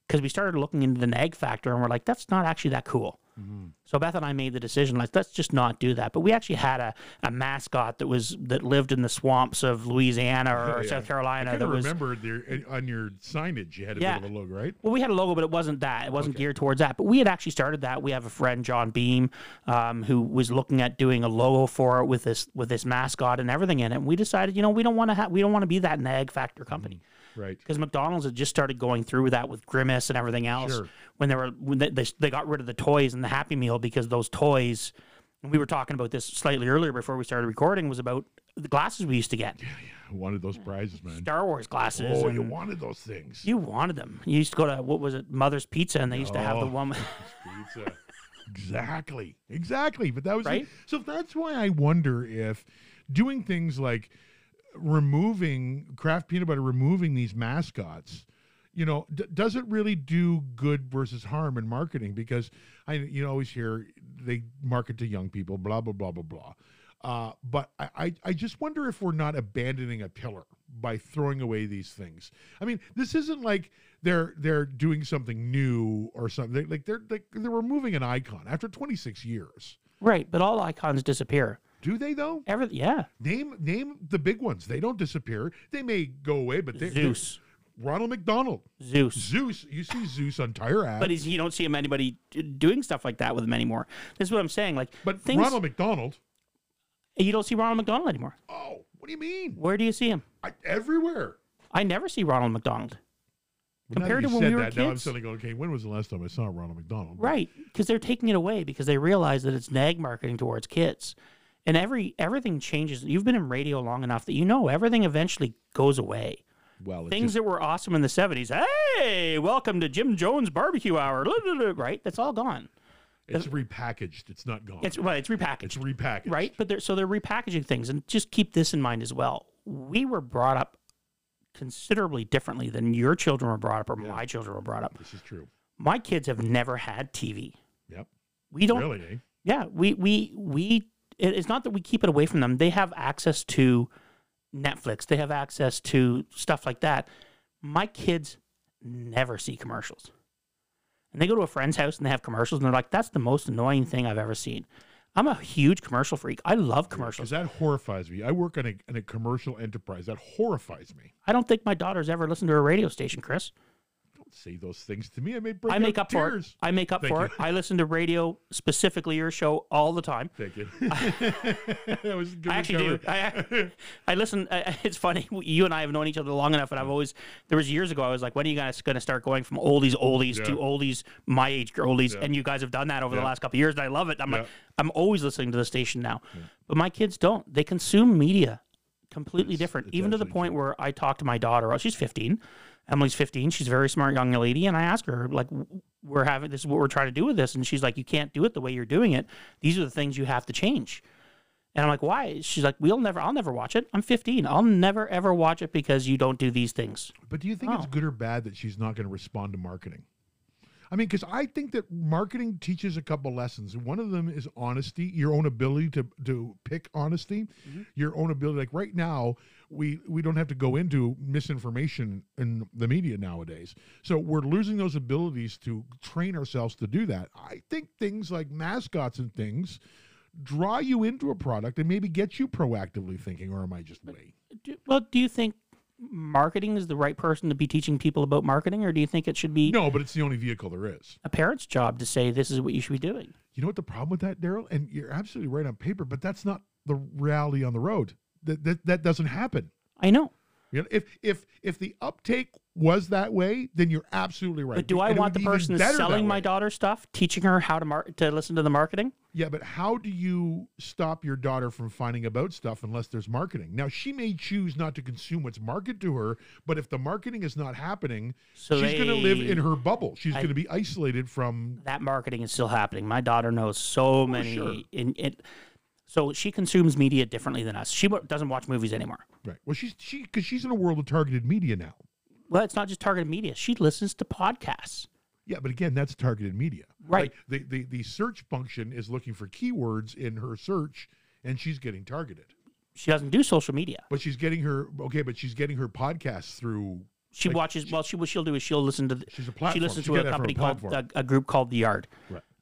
B: because we started looking into the nag factor, and we're like, that's not actually that cool.
A: Mm-hmm.
B: So Beth and I made the decision like let's just not do that. But we actually had a, a mascot that was that lived in the swamps of Louisiana or
A: Oh, yeah.
B: South Carolina
A: I
B: that was
A: remember there, on your signage you had a
B: Yeah.
A: bit of a look, right?
B: well, we had a logo, but it wasn't that. It wasn't geared towards that. But we had actually started that. We have a friend, John Beam, um, who was looking at doing a logo for it with this with this mascot and everything in it. And we decided, you know, we don't want to ha- we don't want to be that nag factor company
A: Right.
B: because McDonald's had just started going through that with Grimace and everything else.
A: Sure.
B: When they were when they, they they got rid of the toys and the Happy Meal because those toys. We were talking about this slightly earlier before we started recording. Was about the glasses we used to get,
A: I wanted those prizes, man.
B: Star Wars glasses.
A: Oh,
B: and-
A: you wanted those things.
B: you wanted them. You used to go to what was it, Mother's Pizza, and they used to have the
A: Oh.
B: one.
A: Pizza. uh, exactly. Exactly. But that was
B: Right?
A: so that's why I wonder if doing things like removing craft peanut butter, removing these mascots, you know, d- does it really do good versus harm in marketing? Because I, you know, always hear they market to young people, blah blah blah blah blah. Uh, but I, I, I just wonder if we're not abandoning a pillar by throwing away these things. I mean, this isn't like they're they're doing something new or something. They, like they're like they're removing an icon after 26 years.
B: right, but all icons disappear.
A: Do they though?
B: Every yeah,
A: Name name the big ones. They don't disappear. They may go away, but they, they-
B: Zeus,
A: Ronald McDonald,
B: Zeus.
A: Zeus. You see Zeus on tire ads.
B: But he's, you don't see him anybody d- doing stuff like that with him anymore. This is what I'm saying. Like,
A: But
B: things
A: Ronald McDonald.
B: you don't see Ronald McDonald anymore.
A: Oh, what do you mean?
B: Where do you see him?
A: I, everywhere.
B: I never see Ronald McDonald.
A: Well, now that
B: Compared
A: you
B: to when
A: said
B: we were
A: that, Now I'm
B: kids.
A: suddenly going, okay, when was the last time I saw Ronald McDonald?
B: Right, because they're taking it away because they realize that it's nag marketing towards kids, and every everything changes. You've been in radio long enough that you know everything eventually goes away.
A: Well, it
B: things
A: just-
B: that were awesome in the 70s. Hey, welcome to Jim Jones Barbecue Hour. blah, blah, blah, Right? That's all gone.
A: it's repackaged. It's not gone.
B: It's well, it's repackaged,
A: It's repackaged.
B: right? But they're so they're repackaging things and just keep this in mind as well. We were brought up considerably differently than your children were brought up or my children were brought up.
A: This is true.
B: My kids have never had TV.
A: Yep.
B: We don't
A: Really? eh?
B: Yeah, we we we. it- It's not that we keep it away from them. They have access to Netflix. They have access to stuff like that. My kids never see commercials, and they go to a friend's house and they have commercials, and they're like, "That's the most annoying thing I've ever seen." I'm a huge commercial freak. I love
A: Because
B: commercials.
A: that horrifies me. I work in a, in a commercial enterprise. That horrifies me.
B: I don't think my daughter's ever listened to a radio station, Chris.
A: Don't say those things to me. I may break
B: I make up for it.
A: tears.
B: I make up
A: Thank
B: for
A: you.
B: it. I listen to radio, specifically your show, all the time.
A: Thank you. that was a good
B: I actually do.
A: recovery.
B: I, I listen. I, it's funny. You and I have known each other long enough, and I've always there was years ago. I was like, "When are you guys going to start going from oldies, oldies to
A: Yeah.
B: oldies, my age oldies?"
A: Yeah.
B: And you guys have done that over the
A: Yeah.
B: last couple of years, and I love it. I'm like,
A: Yeah.
B: I'm always listening to the station now, but my kids don't. They consume media completely different,
A: it's
B: even to the
A: absolutely
B: point where I talk to my daughter. oh, She's 15. Emily's 15. She's a very smart young lady, and I ask her like. We're having this is what we're trying to do with this. And she's like, You can't do it the way you're doing it. These are the things you have to change. And I'm like, why? She's like, we'll never, I'll never watch it. I'm 15. I'll never, ever watch it because you don't do these things.
A: But do you think it's
B: Oh.
A: good or bad that she's not going to respond to marketing? I mean, because I think that marketing teaches a couple lessons. One of them is honesty, your own ability to to pick honesty,
B: Mm-hmm.
A: your own ability. Like right now, we we don't have to go into misinformation in the media nowadays, so we're losing those abilities to train ourselves to do that. I think things like mascots and things draw you into a product and maybe get you proactively thinking. Or am I just way?
B: Do, well, do you think marketing is the right person to be teaching people about marketing, or do you think it should be
A: No, but it's the only vehicle there is.
B: a parent's job to say this is what you should be doing?
A: You know what the problem with that, Daryl? And you're absolutely right on paper, but that's not the reality on the road. That that, that doesn't happen.
B: I know.
A: You know, if if if the uptake was that way, then you're absolutely right.
B: But do I
A: And it
B: want
A: would
B: the
A: be even
B: person
A: better
B: that's selling
A: that
B: my
A: way.
B: daughter stuff teaching her how to mar- to listen to the marketing?
A: Yeah, but how do you stop your daughter from finding about stuff unless there's marketing? Now she may choose not to consume what's marketed to her, but if the marketing is not happening,
B: So
A: she's going to live
B: they-
A: in her bubble. She's going to be isolated from.
B: that marketing is still happening. My daughter knows so many.
A: Oh, sure.
B: In it, so she consumes media differently than us. She wa- doesn't watch movies anymore.
A: Right. Well, she's she because she's in a world of targeted media now.
B: Well, it's not just targeted media. She listens to podcasts.
A: Yeah, but again, that's targeted media.
B: Right.
A: Like, the, the the search function is looking for keywords in her search, and she's getting targeted.
B: She doesn't do social media.
A: But she's getting her okay, but she's getting her podcasts through.
B: She watches. well, she what she'll do is she'll listen to. The,
A: She's a platform.
B: She listens
A: She's
B: to
A: got
B: a
A: that from
B: company
A: a
B: called a,
A: platform.
B: a group called The Yard.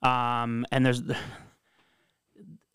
B: Um, and there's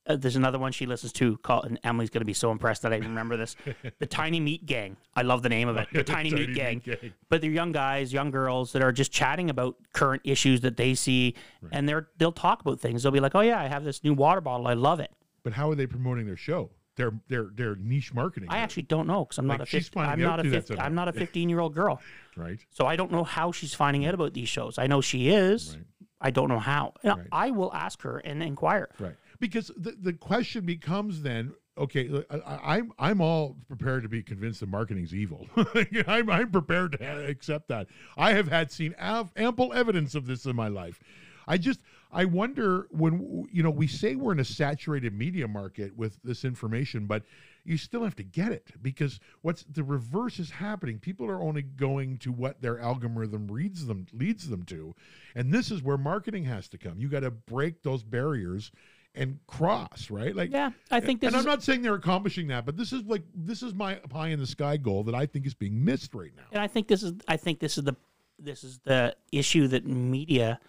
B: uh, there's another one she listens to called, and Emily's going to be so impressed that I even remember this. the Tiny Meat Gang. I love the name of it. The Tiny, Meat, Gang. But they're young guys, young girls that are just chatting about current issues that they see, and they're they'll talk about things. They'll be like, "Oh yeah, I have this new water bottle. I love it."
A: But how are they promoting their show? Their their their niche marketing,
B: I actually don't know because I'm not
A: Like,
B: a
A: she's
B: 15,
A: finding
B: I'm
A: out
B: not a
A: through that
B: 15,
A: somehow.
B: I'm not a 15 year old girl,
A: right?
B: so I don't know how she's finding out about these shows. I know she is.
A: Right.
B: I don't know how. And
A: Right.
B: I will ask her and inquire.
A: Right. Because the, the question becomes then, okay, look, I, I- I'm I'm all prepared to be convinced that marketing's evil. I'm, I'm prepared to ha- accept that. I have had seen av- ample evidence of this in my life. I just I wonder when w- you know we say we're in a saturated media market with this information, but you still have to get it because what's the reverse is happening. People are only going to what their algorithm reads them leads them to, and this is where marketing has to come. You got to break those barriers and cross right. Like
B: Yeah, I think this
A: and
B: is
A: I'm not saying they're accomplishing that, but this is like this is my pie in the sky goal that I think is being missed right now.
B: and I think this is I think this is the this is the issue that media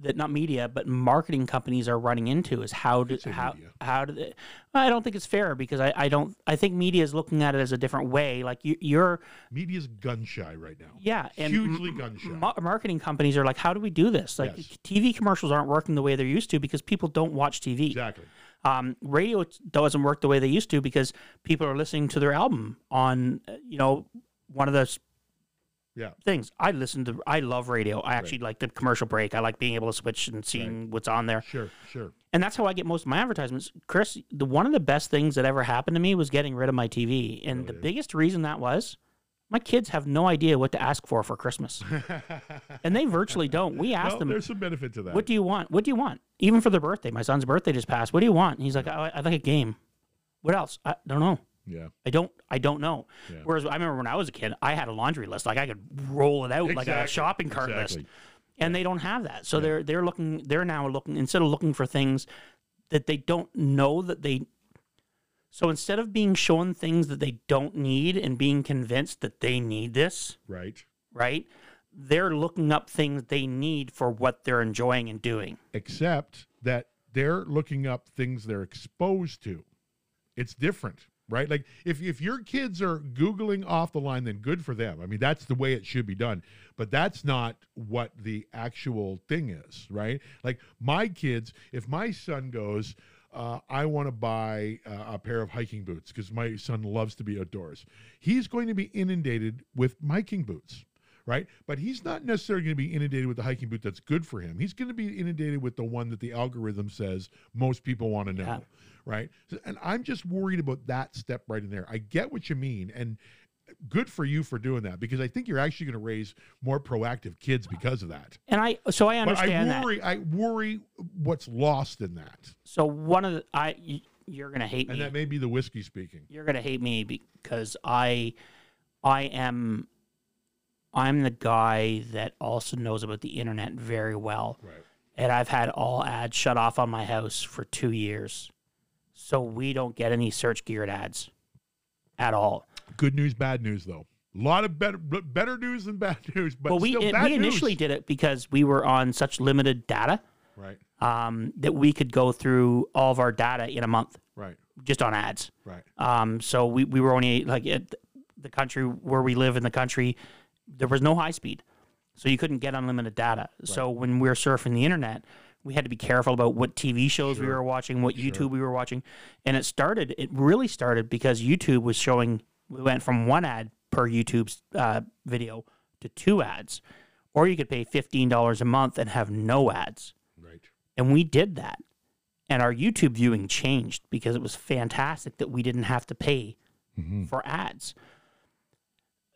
B: that not media but marketing companies are running into is how do
A: say
B: how
A: media.
B: how do they I don't think it's fair because I, I don't I think media is looking at it as a different way like you, you're
A: Media's gun shy right now.
B: yeah and
A: hugely gun shy.
B: ma- marketing companies are like how do we do this like
A: Yes.
B: TV commercials aren't working the way they're used to because people don't watch TV
A: exactly.
B: um, radio t- doesn't work the way they used to because people are listening to their album on uh, you know one of those
A: Yeah.
B: things i listen to i love radio i actually like the commercial break i like being able to switch and seeing what's on there
A: Sure. Sure.
B: and that's how i get most of my advertisements chris the one of the best things that ever happened to me was getting rid of my tv and
A: Oh,
B: the biggest reason that was my kids have no idea what to ask for for christmas and they virtually don't we ask
A: Well,
B: them
A: there's some benefit to that.
B: what do you want? What do you want? Even for their birthday, my son's birthday just passed. What do you want? And he's like, oh, I'd like a game. What else? I don't know.
A: yeah.
B: I don't. I don't know.
A: Yeah.
B: Whereas I remember when I was a kid, I had a laundry list. Like I could roll it out like a
A: Exactly,
B: shopping cart
A: Exactly.
B: list, and they don't have that. So they're they're looking. They're now looking instead of looking for things that they don't know that they. So instead of being shown things that they don't need and being convinced that they need this,
A: Right.
B: right? They're looking up things they need for what they're enjoying and doing.
A: Except that they're looking up things they're exposed to. It's different, right? Like if if your kids are googling off the line, then good for them. I mean, that's the way it should be done. But that's not what the actual thing is, right? Like my kids, if my son goes. Uh, I want to buy uh, a pair of hiking boots because my son loves to be outdoors. He's going to be inundated with hiking boots right? But he's not necessarily going to be inundated with the hiking boot that's good for him. He's going to be inundated with the one that the algorithm says most people want to know,
B: Yeah.
A: right? So, and I'm just worried about that step right in there. I get what you mean, and good for you for doing that because I think you're actually going to raise more proactive kids because of that.
B: And I so I
A: But
B: understand
A: I
B: that.
A: worry, I worry what's lost in that,
B: So one of the I y- you're gonna hate me.
A: and that may be the whiskey speaking.
B: you're gonna hate me because I I am I'm the guy that also knows about the internet very well.
A: Right.
B: And I've had all ads shut off on my house for two years. So we don't get any search geared ads at all.
A: Good news, bad news, though. A lot of better, better news than bad news, but
B: But, we
A: still
B: it,
A: bad
B: we initially
A: news.
B: did it because we were on such limited data
A: Right,
B: um, that we could go through all of our data in a month
A: right,
B: just on ads.
A: right.
B: Um, so we, we were only like at the country where we live in the country, there was no high speed. So you couldn't get unlimited data. So when we were surfing the internet, we had to be careful about what TV shows we were watching, what YouTube we were watching. And it started, it really started because YouTube was showing, we went from one ad per YouTube's uh, video to two ads. Or you could pay $15 a month and have no ads.
A: Right.
B: And we did that. And our YouTube viewing changed because it was fantastic that we didn't have to pay for ads.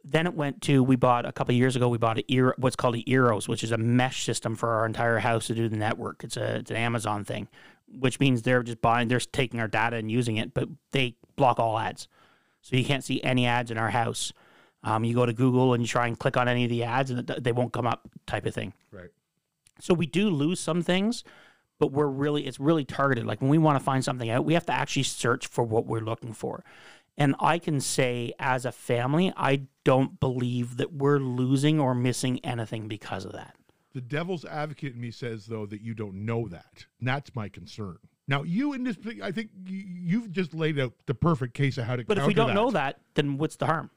B: Then it went to we bought a couple of years ago we bought a ear what's called a Eros, which is a mesh system for our entire house to do the network. It's a it's an Amazon thing, which means they're just buying they're taking our data and using it, but they block all ads, so you can't see any ads in our house. Um, you go to Google and you try and click on any of the ads, and it- they won't come up, type of thing.
A: Right.
B: So we do lose some things, but we're really it's really targeted. Like when we want to find something out, we have to actually search for what we're looking for. And I can say as a family, I don't believe that we're losing or missing anything because of that.
A: The devil's advocate in me says though that you don't know that. And that's my concern. Now you in this, I think you- you've just laid out the perfect case of how to.
B: But if we
A: counter
B: don't know that, then what's the harm?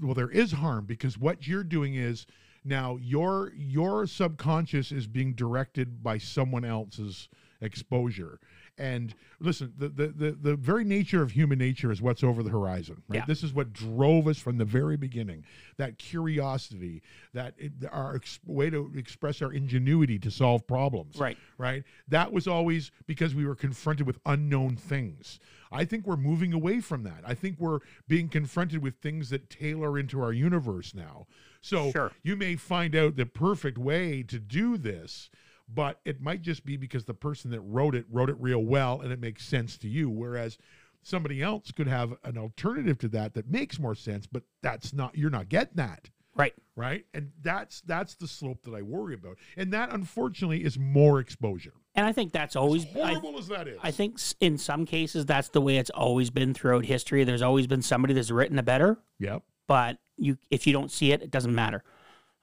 A: well there is harm because what you're doing is now your your subconscious is being directed by someone else's exposure and listen the the the, the very nature of human nature is what's over the horizon right
B: Yeah.
A: this is what drove us from the very beginning that curiosity that it, our ex- way to express our ingenuity to solve problems
B: Right.
A: right? That was always because we were confronted with unknown things. I think we're moving away from that. I think we're being confronted with things that tailor into our universe now. So
B: Sure.
A: you may find out the perfect way to do this, but it might just be because the person that wrote it wrote it real well and it makes sense to you. Whereas somebody else could have an alternative to that that makes more sense, but that's not, you're not getting that
B: Right.
A: right and that's that's the slope that i worry about and that unfortunately is more exposure
B: And I think that's always I,
A: horrible as that is
B: I think s- in some cases that's the way it's always been throughout history. There's always been somebody that's written a better,
A: yep
B: but you if you don't see it, it doesn't matter.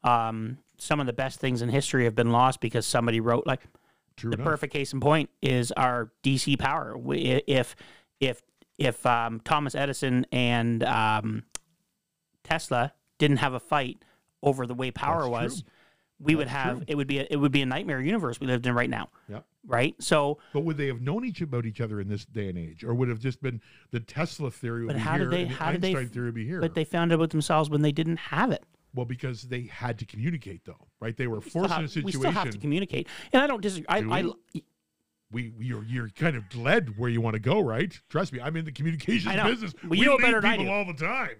B: Um, some of the best things in history have been lost because somebody wrote like
A: true
B: the
A: enough
B: perfect case in point is our DC power. We- i- If if if um, Thomas Edison and um, Tesla didn't have a fight over the way power
A: That's
B: was,
A: true.
B: we would
A: That's
B: have
A: true.
B: it would be a, it would be a nightmare universe we lived in right now.
A: Yep.
B: Right. So,
A: but would they have known each about each other in this day and age or would have just been the tesla theory would
B: But
A: be
B: how did
A: here
B: they-
A: and the
B: how did they
A: einstein
B: f-
A: theory would be here
B: but they found out about themselves when they didn't have it.
A: well because they had to communicate though right they were
B: Still
A: forced in a
B: have- we still have to
A: situation
B: communicate. And I don't disagree.
A: Do
B: I, I,
A: we, we you're, you're kind of led where you want to go right trust me i'm in the communications
B: I know.
A: business
B: Well,
A: we
B: you know
A: meet
B: better than I
A: people
B: do.
A: all the time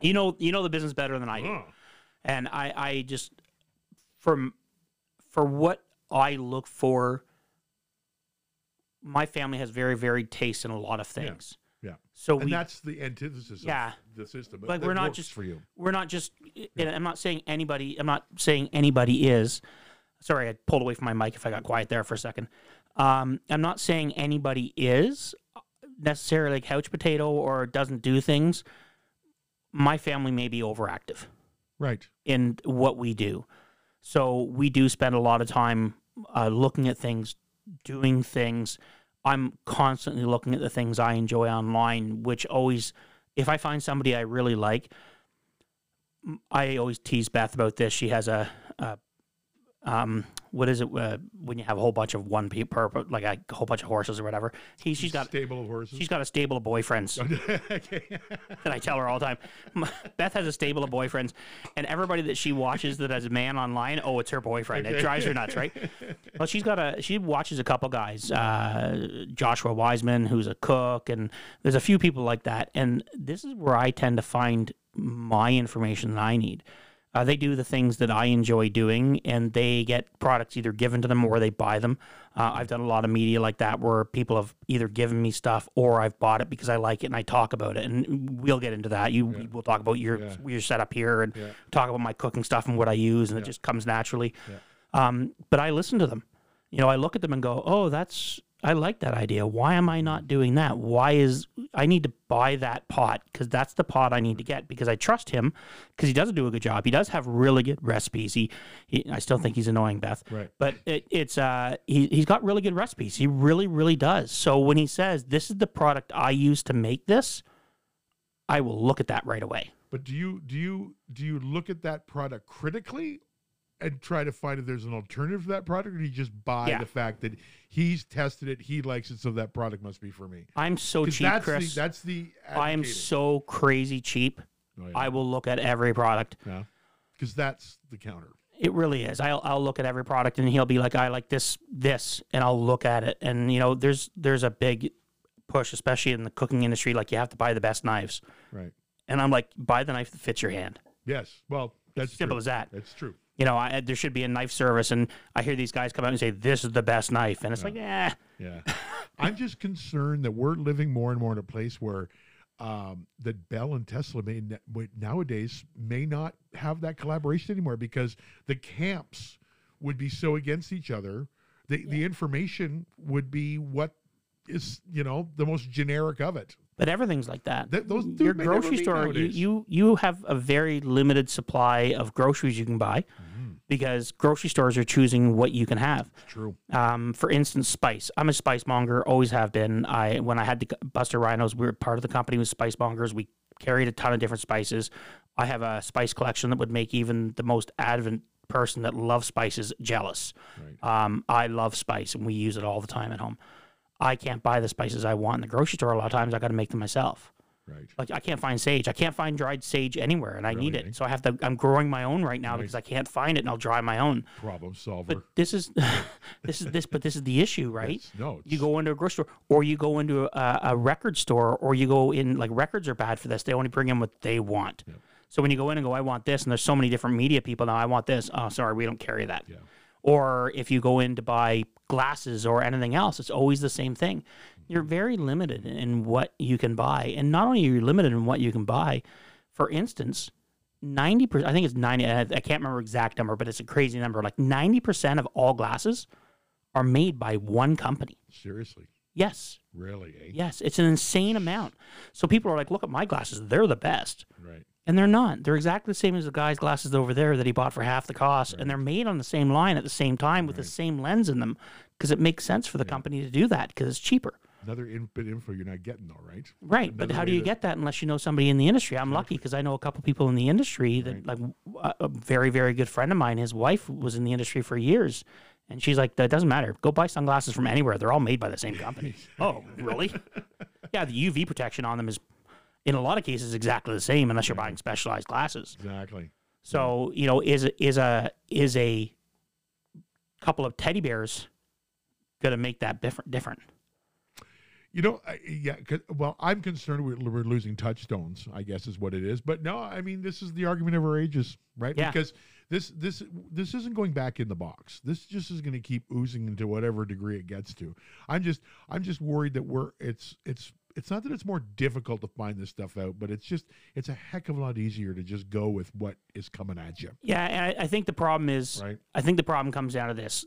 B: you know you know the business better than I do.
A: Ugh.
B: and I, I just from for what I look for, my family has very varied taste in a lot of things.
A: yeah
B: So
A: and
B: we
A: that's the antithesis of
B: Yeah.
A: the system
B: Like,
A: that
B: we're not
A: works
B: just-
A: for you
B: we're not just. And I'm not saying anybody. I'm not saying anybody is. Sorry, I pulled away from my mic if I got quiet there for a second. Um, I'm not saying anybody is uh, necessarily a couch potato or doesn't do things. My family may be overactive.
A: right
B: in what we do. So we do spend a lot of time uh, looking at things, doing things. I'm constantly looking at the things I enjoy online, which always, if I find somebody I really like, m- I always tease Beth about this. She has a, a um, what is it uh, when you have a whole bunch of one pe- per like a whole bunch of horses or whatever? He, she's got,
A: stable of horses
B: she's got a stable of boyfriends
A: okay.
B: that I tell her all the time. My- Beth has a stable of boyfriends, and everybody that she watches that has a man online, oh, it's her boyfriend. It drives her nuts, right? Well, she's got a she watches a couple guys, uh, Joshua Wiseman, who's a cook, and there's a few people like that. And this is where I tend to find my information that I need. Uh, they do the things that I enjoy doing, and they get products either given to them or they buy them. Uh, I've done a lot of media like that where people have either given me stuff or I've bought it because I like it and I talk about it. And we'll get into that. You we'll talk about your
A: Yeah.
B: your setup here and
A: Yeah.
B: talk about my cooking stuff and what I use, and it just comes naturally.
A: Yeah.
B: Um, but I listen to them. You know, I look at them and go, "Oh, that's I like that idea. Why am I not doing that? Why is I need to buy that pot because that's the pot I need to get because I trust him because he does do a good job. He does have really good recipes. He, he I still think he's annoying, Beth,
A: Right.
B: but it, it's uh he, he's got really good recipes. He really really does. So when he says this is the product I use to make this, I will look at that right away.
A: But do you do you do you look at that product critically and try to find if there's an alternative to that product, or do you just buy
B: Yeah.
A: the fact that he's tested it, he likes it, so that product must be for me?
B: I'm so
A: 'Cause
B: cheap,
A: that's
B: Chris.
A: the that's the
B: I am so crazy cheap.
A: Oh,
B: I will look at every product.
A: because that's the counter.
B: It really is. I'll, I'll look at every product, and he'll be like, "I like this, this," and I'll look at it. And you know, there's there's a big push, especially in the cooking industry. Like you have to buy the best knives,
A: Right.
B: and I'm like, buy the knife that fits your hand.
A: Yes. Well, that's
B: Simple
A: true.
B: as that.
A: That's true.
B: You know, I, there should be a knife service, and I hear these guys come out and say, "This is the best knife," and it's like, eh.
A: Yeah. I'm just concerned that we're living more and more in a place where um, that Bell and Tesla may n- would nowadays may not have that collaboration anymore because the camps would be so against each other. The the information would be what is you know the most generic of it.
B: But everything's like that.
A: Th- those two
B: Your
A: may never
B: grocery
A: meet
B: store, you,
A: nowadays.
B: you you have a very limited supply of groceries you can buy
A: Mm-hmm.
B: because grocery stores are choosing what you can have.
A: True.
B: Um, for instance, spice. I'm a spice monger, always have been. I when I had the c- Buster Rhinos, we were part of the company with spice mongers. We carried a ton of different spices. I have a spice collection that would make even the most advent person that loves spices jealous.
A: Right.
B: Um, I love spice, and we use it all the time at home. I can't buy the spices I want in the grocery store. A lot of times, I got to make them myself.
A: Right.
B: Like I can't find sage. I can't find dried sage anywhere, and I need
A: Really, eh?
B: it. So I have to. I'm growing my own right now because I can't find it, and I'll dry my own.
A: Problem solver.
B: This is, this is this, but this is the issue, right?
A: It's- no.
B: you
A: it's-
B: go into a grocery store or you go into a, a record store or you go in like records are bad for this they only bring in what they want so when you go in and go i want this and there's so many different media people now i want this oh sorry we don't carry that
A: Yeah.
B: or if you go in to buy glasses or anything else it's always the same thing you're very limited in what you can buy and not only are you limited in what you can buy for instance 90% i think it's 90 i I can't remember exact number but it's a crazy number like 90% of all glasses are made by one company
A: Seriously.
B: yes
A: Really. Eh?
B: Yes, it's an insane amount. So people are like, look at my glasses, they're the best.
A: Right.
B: And they're not. They're exactly the same as the guy's glasses over there that he bought for half the cost. And they're made on the same line at the same time with the same lens in them because it makes sense for the company to do that because it's cheaper.
A: Another in- bit info you're not getting though, right?
B: Right. but
A: Another
B: how do
A: way
B: you
A: to-
B: get that unless you know somebody in the industry? I'm lucky because I know a couple people in the industry that, like, a, a very, very good friend of mine, his wife was in the industry for years. And she's like, that doesn't matter. Go buy sunglasses from anywhere. They're all made by the same company. oh, really? Yeah, the UV protection on them is, in a lot of cases, exactly the same unless you're buying specialized glasses.
A: Exactly.
B: So you know, is a- is a is a couple of teddy bears gonna make that different? Different?
A: You know, I, yeah. 'cause- Well, I'm concerned we're, we're losing touchstones. I guess is what it is. But no, I mean, this is the argument of our ages, right?
B: Yeah.
A: Because this this this isn't going back in the box. This just is going to keep oozing into whatever degree it gets to. I'm just I'm just worried that we're it's it's it's not that it's more difficult to find this stuff out, but it's just it's a heck of a lot easier to just go with what is coming at you,
B: Yeah, and I, I think the problem is,
A: right?
B: I think the problem comes down to this: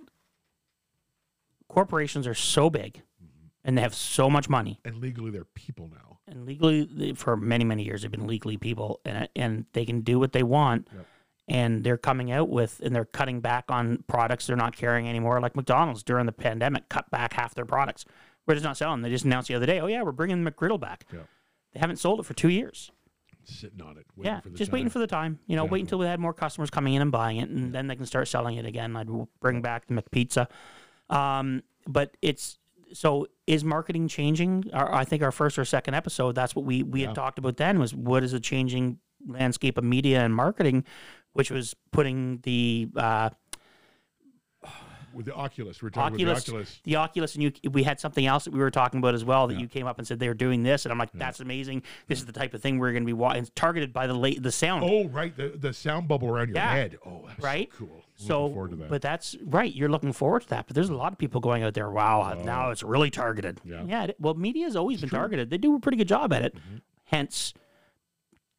B: corporations are so big,
A: Mm-hmm.
B: and they have so much money,
A: And legally, they're people now.
B: and legally they- for many many years they've been legally people and, and they can do what they want
A: Yep.
B: and they're coming out with and they're cutting back on products they're not carrying anymore like mcdonald's during the pandemic cut back half their products we're just not selling they just announced the other day oh yeah we're bringing the mcgriddle back
A: Yep.
B: they haven't sold it for two years
A: Sitting on it, waiting
B: yeah
A: for the
B: just waiting
A: time.
B: for the time you know
A: Exactly.
B: wait until we had more customers coming in and buying it and then they can start selling it again i'd bring back the mcpizza um, but it's so is marketing changing? Our, I think our first or second episode, that's what we we
A: Yeah.
B: had talked about then was what is the changing landscape of media and marketing, which was putting the uh,
A: with the Oculus. We're talking about
B: Oculus,
A: the Oculus.
B: the Oculus, and you we had something else that we were talking about as well that you came up and said they were doing this, and I'm like, that's amazing. This is the type of thing we're going to be wa- it's targeted by the late the sound.
A: Oh, right. The the sound bubble around your
B: Yeah.
A: head. Oh, that's
B: Right?
A: cool. Looking
B: So,
A: forward to that.
B: but that's right. You're looking forward to that. But there's a lot of people going out there. Wow, now it's really targeted.
A: Oh. Yeah.
B: it- well, media's always been targeted. They do a pretty good job at it.
A: Mm-hmm.
B: Hence,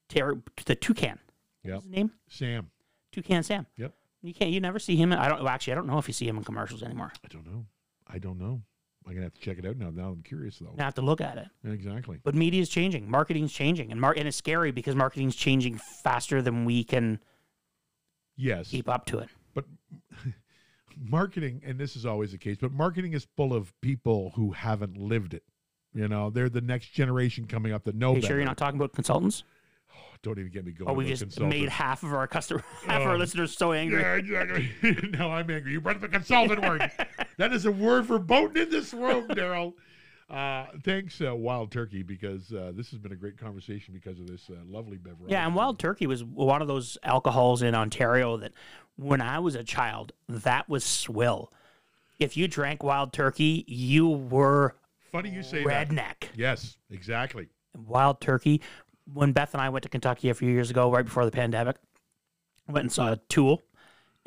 B: ter- the toucan.
A: Yep.
B: What's his name?
A: Sam.
B: Toucan Sam.
A: Yep.
B: You can't. You never see him. in- I don't. well, Actually, I don't know if you see him in commercials anymore.
A: I don't know. I don't know. I'm gonna have to check it out now. Now I'm curious though.
B: I have to look at it.
A: Exactly.
B: But media's changing. Marketing's changing, and mar- and it's scary because marketing's changing faster than we can
A: Yes.
B: keep up to it.
A: But marketing, and this is always the case, but marketing is full of people who haven't lived it. You know, they're the next generation coming up that know
B: Are
A: Oh,
B: you
A: better.
B: sure you're not talking about consultants?
A: Oh, don't even get me going.
B: Or we
A: about
B: just
A: consultants.
B: made half of our customer, half of our
A: Oh.
B: listeners so angry.
A: Yeah, exactly. now I'm angry. You brought up the consultant word. That is a word verboten in this room, Daryl. Uh, thanks, uh, Wild Turkey, because uh, this has been a great conversation because of this uh, lovely beverage.
B: Yeah, and wild turkey was one of those alcohols in Ontario that when I was a child, that was swill. If you drank wild turkey, you were
A: Funny you say that.
B: redneck.
A: Yes, exactly.
B: Wild turkey. When Beth and I went to Kentucky a few years ago, right before the pandemic, I went and saw Tool,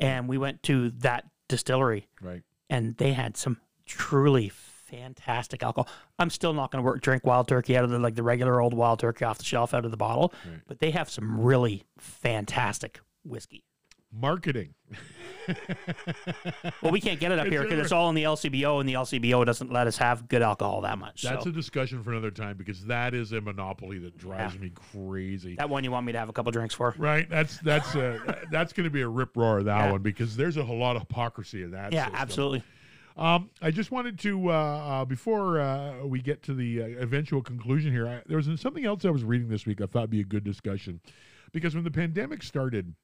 B: and we went to that distillery,
A: Right.
B: and they had some truly fantastic alcohol. I'm still not going to work drink wild turkey out of the like the regular old wild turkey off the shelf out of the bottle,
A: Right.
B: but they have some really fantastic whiskey.
A: Marketing.
B: Well, we can't get it up here because it's all in the LCBO, and the LCBO doesn't let us have good alcohol that much.
A: That's
B: so
A: a discussion for another time because that is a monopoly that drives me crazy.
B: that one you want me to have a couple drinks for?
A: Right, that's that's a, that's going to be a rip roar that
B: Yeah.
A: one because there's a whole lot of hypocrisy in that.
B: yeah,
A: system.
B: absolutely.
A: Um, I just wanted to uh, uh, before uh, we get to the uh, eventual conclusion here. I, there was something else I was reading this week. I thought would be a good discussion because when the pandemic started.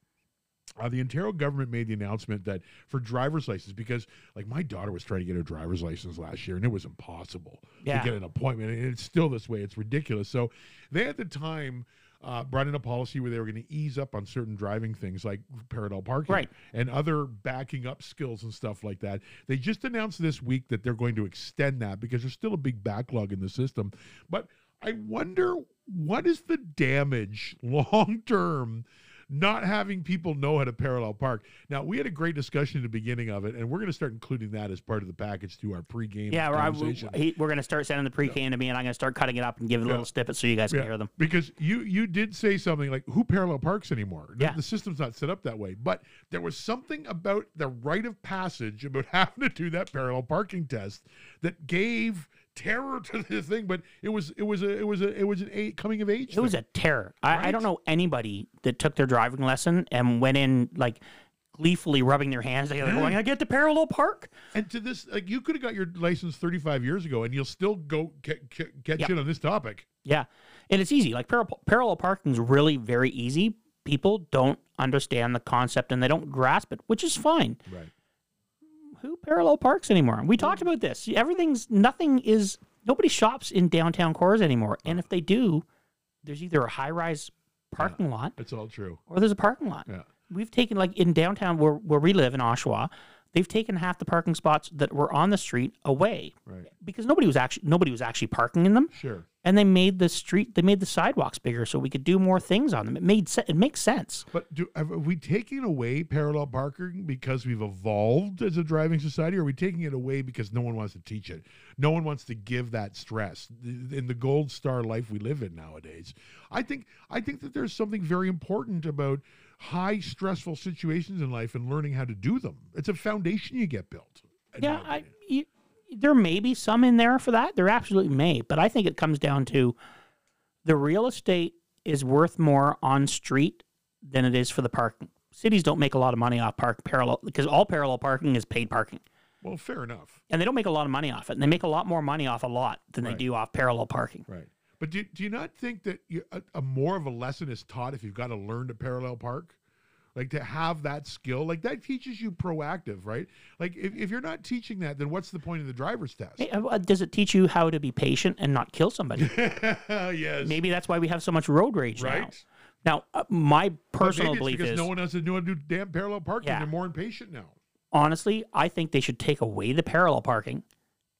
A: Uh, the Ontario government made the announcement that for driver's license, because like my daughter was trying to get her driver's license last year and it was impossible
B: Yeah.
A: to get an appointment, and it's still this way. It's ridiculous. So they at the time uh, brought in a policy where they were going to ease up on certain driving things like parallel parking
B: Right.
A: and other backing up skills and stuff like that. They just announced this week that they're going to extend that because there's still a big backlog in the system. But I wonder what is the damage long term not having people know how to parallel park. Now, we had a great discussion at the beginning of it, and we're going to start including that as part of the package to our pregame
B: Yeah, we're, I- we-
A: conversation.
B: he- we're going to start sending the pre-can to me, and I'm going to start cutting it up and giving
A: Yeah.
B: little snippets so you guys
A: Yeah.
B: can hear them.
A: because you you did say something like who parallel parks anymore the,
B: Yeah.
A: the system's not set up that way but there was something about the rite of passage about having to do that parallel parking test that gave terror to the thing but it was it was a it was a it was an a coming of age
B: It was a terror. I, I don't
A: Right?
B: know anybody that took their driving lesson and went in like gleefully rubbing their hands together, going, "I get to parallel park."
A: and to this like you could have got your license 35 years ago and you'll still go get, get, get
B: Yeah.
A: shit on this topic
B: Yeah, and it's easy. Like parallel parallel parking's really very easy. People don't understand the concept and they don't grasp it, which is fine.
A: right
B: Who parallel parks anymore? We talked about this. Everything's nothing is nobody shops in downtown cores anymore, and if they do, there's either a high rise parking lot
A: it's all true
B: or there's a parking lot.
A: yeah
B: We've taken like in downtown where, where we live in Oshawa, they've taken half the parking spots that were on the street away
A: right
B: because nobody was actually nobody was actually parking in them,
A: sure
B: and they made the street they made the sidewalks bigger so we could do more things on them. It made se- it makes sense.
A: But do, have we taking away parallel parking because we've evolved as a driving society? Or are we taking it away because no one wants to teach it? No one wants to give that stress th- in the gold star life we live in nowadays. I think I think that there's something very important about high stressful situations in life and learning how to do them. It's a foundation you get built. in my
B: Yeah, I,
A: opinion.
B: you, there may be some in there for that. There absolutely may, but I think it comes down to the real estate is worth more on street than it is for the parking. Cities don't make a lot of money off park parallel because all parallel parking is paid parking.
A: well, fair enough.
B: and they don't make a lot of money off it. And they make a lot more money off a lot than
A: Right.
B: they do off parallel parking.
A: Right. But do, do you not think that you, a, a more of a lesson is taught if you've got to learn to parallel park? Like to have that skill, like that teaches you proactive, right? Like if, if you're not teaching that, then what's the point of the driver's test?
B: Hey, uh, Does it teach you how to be patient and not kill somebody?
A: yes.
B: Maybe that's why we have so much road rage
A: right?
B: now. Now, uh,
A: But
B: my
A: maybe
B: personal
A: it's
B: belief
A: because
B: is
A: no one has to know how to do damn parallel parking.
B: Yeah.
A: They're more impatient now.
B: honestly, I think they should take away the parallel parking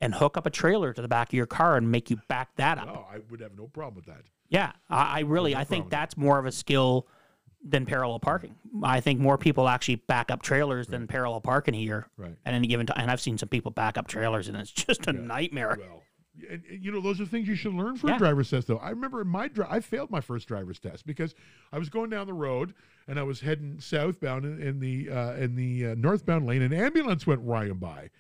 B: and hook up a trailer to the back of your car and make you back that up.
A: Oh, I would have no problem with that.
B: Yeah, I, I really I think that's more of a skill than parallel parking. I think more people actually back up trailers than parallel parking here
A: Right.
B: at any given time. And I've seen some people back up trailers, and it's just a nightmare.
A: Well, and, and, you know, those are things you should learn from a
B: Yeah.
A: driver's test, though. I remember in my drive, I failed my first driver's test because I was going down the road and I was heading southbound in, in the uh, in the uh, northbound lane. An ambulance went riding by,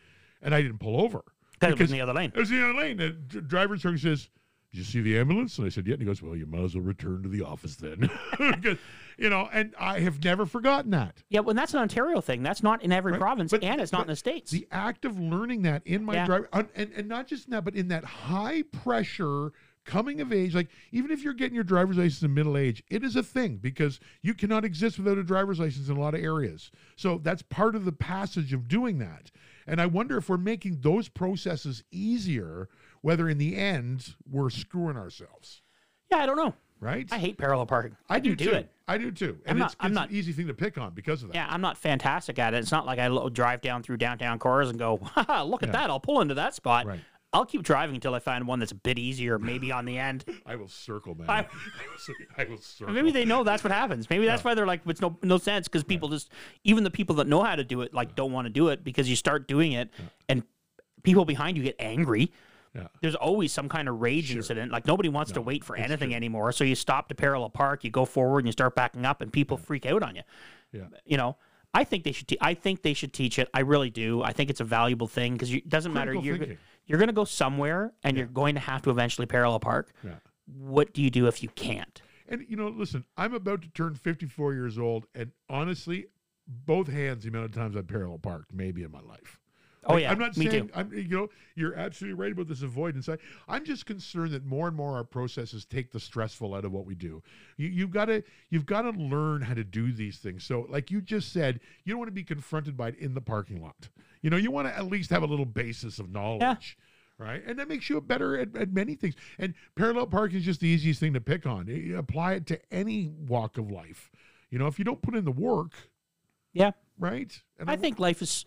A: and I didn't pull over.
B: Because it was
A: Because-
B: in the other lane.
A: It was the other lane. The dr- driver turns and says, "Did you see the ambulance?" And I said, "Yeah." And he goes, "Well, you might as well return to the office then," 'Cause, you know. And I have never forgotten that.
B: Yeah, well, that's an Ontario thing. That's not in every province,
A: but-
B: and it's not
A: but
B: in the states.
A: the act of learning that in my
B: Yeah.
A: drive and, and and not just in that but in that high pressure coming of age like even if you're getting your driver's license in middle age it is a thing because you cannot exist without a driver's license in a lot of areas so that's part of the passage of doing that and i wonder if we're making those processes easier whether in the end we're screwing ourselves
B: yeah, I don't know.
A: right
B: I hate parallel parking. I, do do
A: too.
B: it.
A: i do too
B: I'm
A: and
B: not-
A: it's,
B: I'm
A: it's
B: not-
A: an easy thing to pick on because of that
B: Yeah, I'm not fantastic at it. It's not like I lo- drive down through downtown cores and go, Haha, look at that. I'll pull into that spot.
A: Right.
B: I'll keep driving until I find one that's a bit easier, maybe on the end.
A: i will circle man
B: I-
A: i, will, cir- I will circle
B: Maybe they know that's what happens. Maybe that's why they're like, it's no no sense because people just, even the people that know how to do it, like, don't want to do it because you start doing it and people behind you get angry.
A: Yeah.
B: There's always some kind of rage
A: Sure.
B: incident. Like nobody wants to
A: No,
B: wait for
A: it's
B: anything
A: true.
B: anymore. So you stop to parallel park, you go forward and you start backing up and people freak out on you.
A: Yeah.
B: You know, I think they should te- I think they should teach it. I really do. I think it's a valuable thing cuz it doesn't matter
A: Critical
B: you're
A: thinking.
B: you're going to go somewhere and you're going to have to eventually parallel park.
A: Yeah.
B: What do you do if you can't?
A: And you know, listen, I'm about to turn 54 years old, and honestly, both hands the amount of times I've parallel parked maybe in my life.
B: Oh, yeah,
A: I'm not
B: me
A: saying
B: too.
A: I'm. You know, you're absolutely right about this avoidance. I, I'm just concerned that more and more our processes take the stressful out of what we do. You, you've got to you've got to learn how to do these things. So, like you just said, you don't want to be confronted by it in the parking lot. You know, you want to at least have a little basis of knowledge right? And that makes you better at, at many things. And parallel parking is just the easiest thing to pick on. Y- apply it to any walk of life. You know, if you don't put in the work,
B: Yeah.
A: right? And
B: I think life is.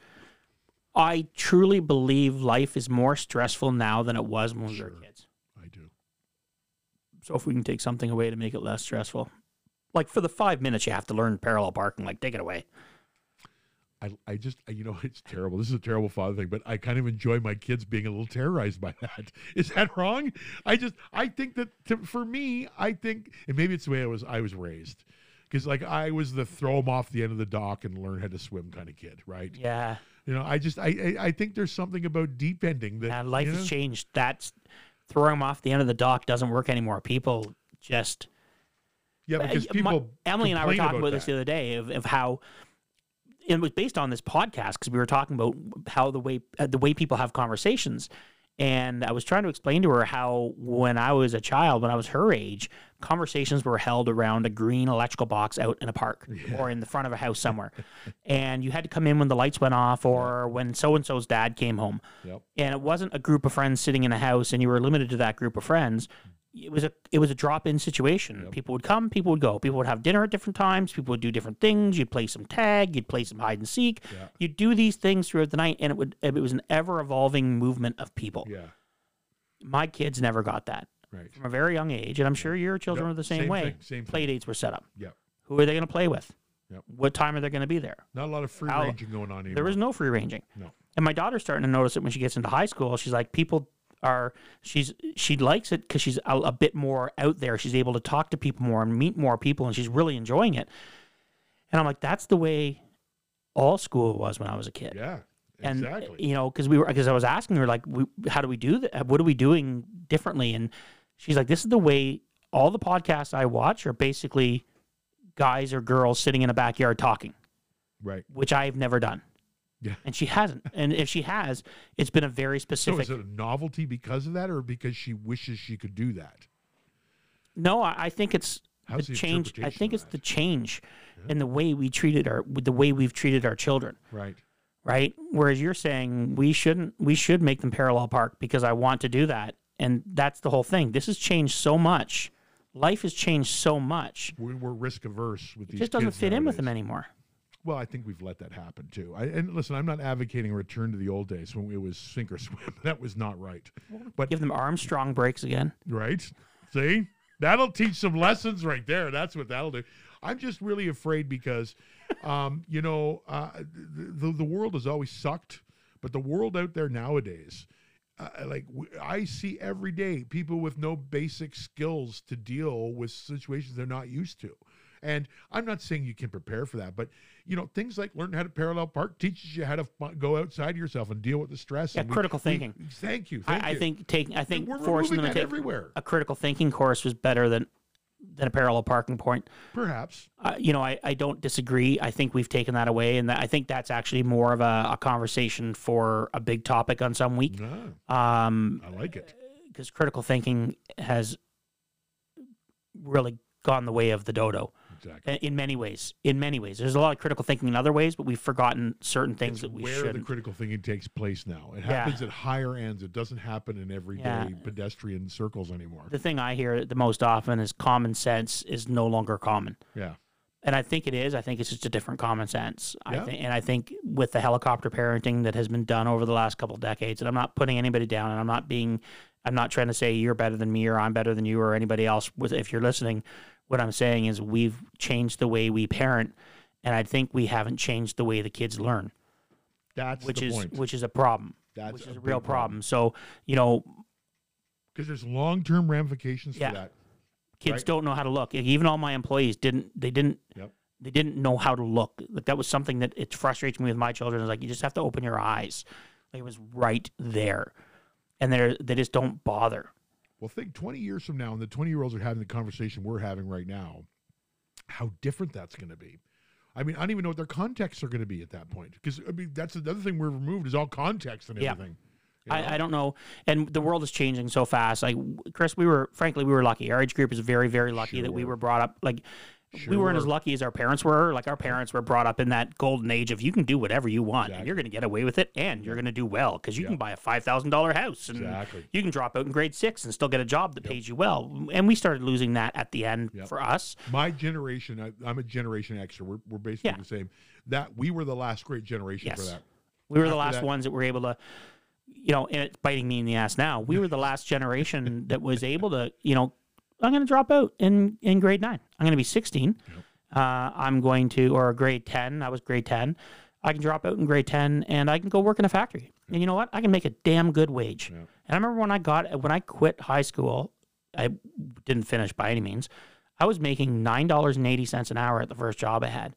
B: I truly believe life is more stressful now than it was when we
A: Sure.
B: were kids.
A: I do.
B: So if we can take something away to make it less stressful, like for the five minutes you have to learn parallel parking, like take it away.
A: I, I just, I, you know, it's terrible. This is a terrible father thing, but I kind of enjoy my kids being a little terrorized by that. Is that wrong? I just, I think that to, for me, I think, and maybe it's the way I was, I was raised. Because like I was the throw them off the end of the dock and learn how to swim kind of kid, right?
B: Yeah,
A: You know, I just I I, I think there's something about deep ending that
B: and life
A: you know?
B: has changed. That's throwing them off the end of the dock doesn't work anymore. People just
A: Yeah,
B: But, uh,
A: because
B: my-
A: people.
B: Emily and I were
A: complain
B: talking about,
A: about
B: this
A: that.
B: the other day of, of how and it was based on this podcast because we were talking about how the way uh, the way people have conversations and I was trying to explain to her how when I was a child when I was her age conversations were held around a green electrical box out in a park or in the front of a house somewhere and you had to come in when the lights went off or when so and so's dad came home
A: Yep.
B: and it wasn't a group of friends sitting in a house and you were limited to that group of friends it was a it was a drop in situation people would come people would go people would have dinner at different times people would do different things you'd play some tag you'd play some hide and seek
A: Yeah.
B: you'd do these things throughout the night and it would it was an ever evolving movement of people
A: Yeah.
B: my kids never got that
A: Right.
B: from a very young age and i'm sure your children
A: Yep,
B: are the same,
A: same
B: way
A: thing, same thing.
B: play dates were set up
A: Yep.
B: who are they going to play with
A: Yep.
B: what time are they going to be there
A: Not a lot of free
B: I'll-
A: ranging going on anymore.
B: there was no free ranging.
A: No.
B: And my daughter's starting to notice it when she gets into high school. She's like, people are she's she likes it because she's a, a bit more out there. She's able to talk to people more and meet more people, and she's really enjoying it. And I'm like, that's the way all school was when I was a kid.
A: Yeah.
B: And
A: Exactly.
B: you know, because we were because I was asking her like, we, how do we do that? What are we doing differently? And she's like, this is the way all the podcasts I watch are basically guys or girls sitting in a backyard talking
A: Right.
B: which I've never done.
A: Yeah.
B: And she hasn't. And if she has, it's been a very
A: So
B: specific.
A: is it a novelty because of that, or because she wishes she could do that?
B: no, I, I think it's
A: How's
B: the
A: the
B: change. I
A: interpretation
B: think
A: of
B: it's
A: that?
B: the change in the way we treated our, with the way we've treated our children,
A: Right.
B: right? Whereas you're saying we shouldn't, we should make them parallel park because I want to do that. And that's the whole thing. This has changed so much. Life has changed so much.
A: We're, we're risk averse with
B: It
A: these.
B: just doesn't
A: kids
B: fit in with them
A: nowadays.
B: anymore.
A: Well, I think we've let that happen too. I, and listen, I'm not advocating a return to the old days when it was sink or swim. That was not right. But
B: Give them Armstrong breaks again.
A: Right? See? That'll teach some lessons right there. That's what that'll do. I'm just really afraid because, um, you know, uh, the, the world has always sucked, but the world out there nowadays, uh, like w- I see every day people with no basic skills to deal with situations they're not used to. And I'm not saying you can prepare for that, but you know things like learn how to parallel park teaches you how to fu- go outside yourself and deal with the stress.
B: Yeah,
A: and we-
B: critical
A: we-
B: thinking.
A: thank you. Thank
B: I, I
A: you.
B: think taking, I
A: And
B: think
A: we're
B: forcing
A: removing
B: them
A: that
B: to take
A: everywhere.
B: a critical thinking course was better than than a parallel parking point.
A: Perhaps.
B: Uh, you know, I, I don't disagree. I think we've taken that away, and that, I think that's actually more of a, a conversation for a big topic on some week.
A: Ah,
B: Um,
A: I like it.
B: because critical thinking has really gone the way of the dodo
A: Exactly.
B: i- in many ways. In many ways, there's a lot of critical thinking in other ways, but we've forgotten certain things
A: It's
B: that we
A: where
B: shouldn't.
A: the critical thinking takes place now. It happens at higher ends. It doesn't happen in everyday
B: Yeah.
A: pedestrian circles anymore.
B: the thing I hear the most often is common sense is no longer common.
A: yeah.
B: and I think it is. I think it's just a different common sense. I
A: Yeah.
B: think, and I think with the helicopter parenting that has been done over the last couple of decades, and I'm not putting anybody down, and I'm not being, I'm not trying to say you're better than me or I'm better than you or anybody else. With if you're listening, what I'm saying is we've changed the way we parent, and I think we haven't changed the way the kids learn.
A: That's
B: which
A: the
B: is
A: point.
B: which is a problem,
A: That's
B: which is a,
A: big
B: real problem. So you know,
A: because there's long term ramifications
B: Yeah.
A: for that.
B: kids
A: Right.
B: don't know how to look. Even all my employees didn't. They didn't.
A: Yep.
B: They didn't know how to look. Like that was something that it frustrates me with my children. Is like you just have to open your eyes. Like it was right there, and they they just don't bother.
A: Well, think 20 years from now, and the 20 year olds are having the conversation we're having right now, how different that's going to be. I mean, I don't even know what their contexts are going to be at that point. Because, I mean, that's another thing we've removed is all context and
B: Yeah.
A: everything. you know?
B: I, I don't know. And the world is changing so fast. Like Chris, we were frankly we were lucky. Our age group is very very lucky that we
A: Sure.
B: were brought up like we
A: Sure
B: weren't as
A: were.
B: lucky as our parents were. Like our parents were brought up in that golden age of you can do whatever you want and you're going to get away with it and you're going to do well because you can buy a five thousand dollar house and
A: Exactly.
B: you can drop out in grade six and still get a job that pays you well. And we started losing that at the end
A: Yep.
B: for us.
A: My generation, I, I'm a generation extra. We're, we're basically
B: Yeah.
A: the same. That we were the last great generation for
B: Yes.
A: that.
B: We were the
A: After
B: last
A: that-
B: ones that were able to, you know, and it's biting me in the ass now. We were the last generation that was able to, you know, I'm going to drop out in in grade nine. I'm going to be 16. Uh, I'm going to, or grade 10. I was grade 10. I can drop out in grade 10 and I can go work in a factory. And you know what? I can make a damn good wage.
A: Yeah.
B: And I remember when I got, when I quit high school, I didn't finish by any means. I was making $9.80 an hour at the first job I had.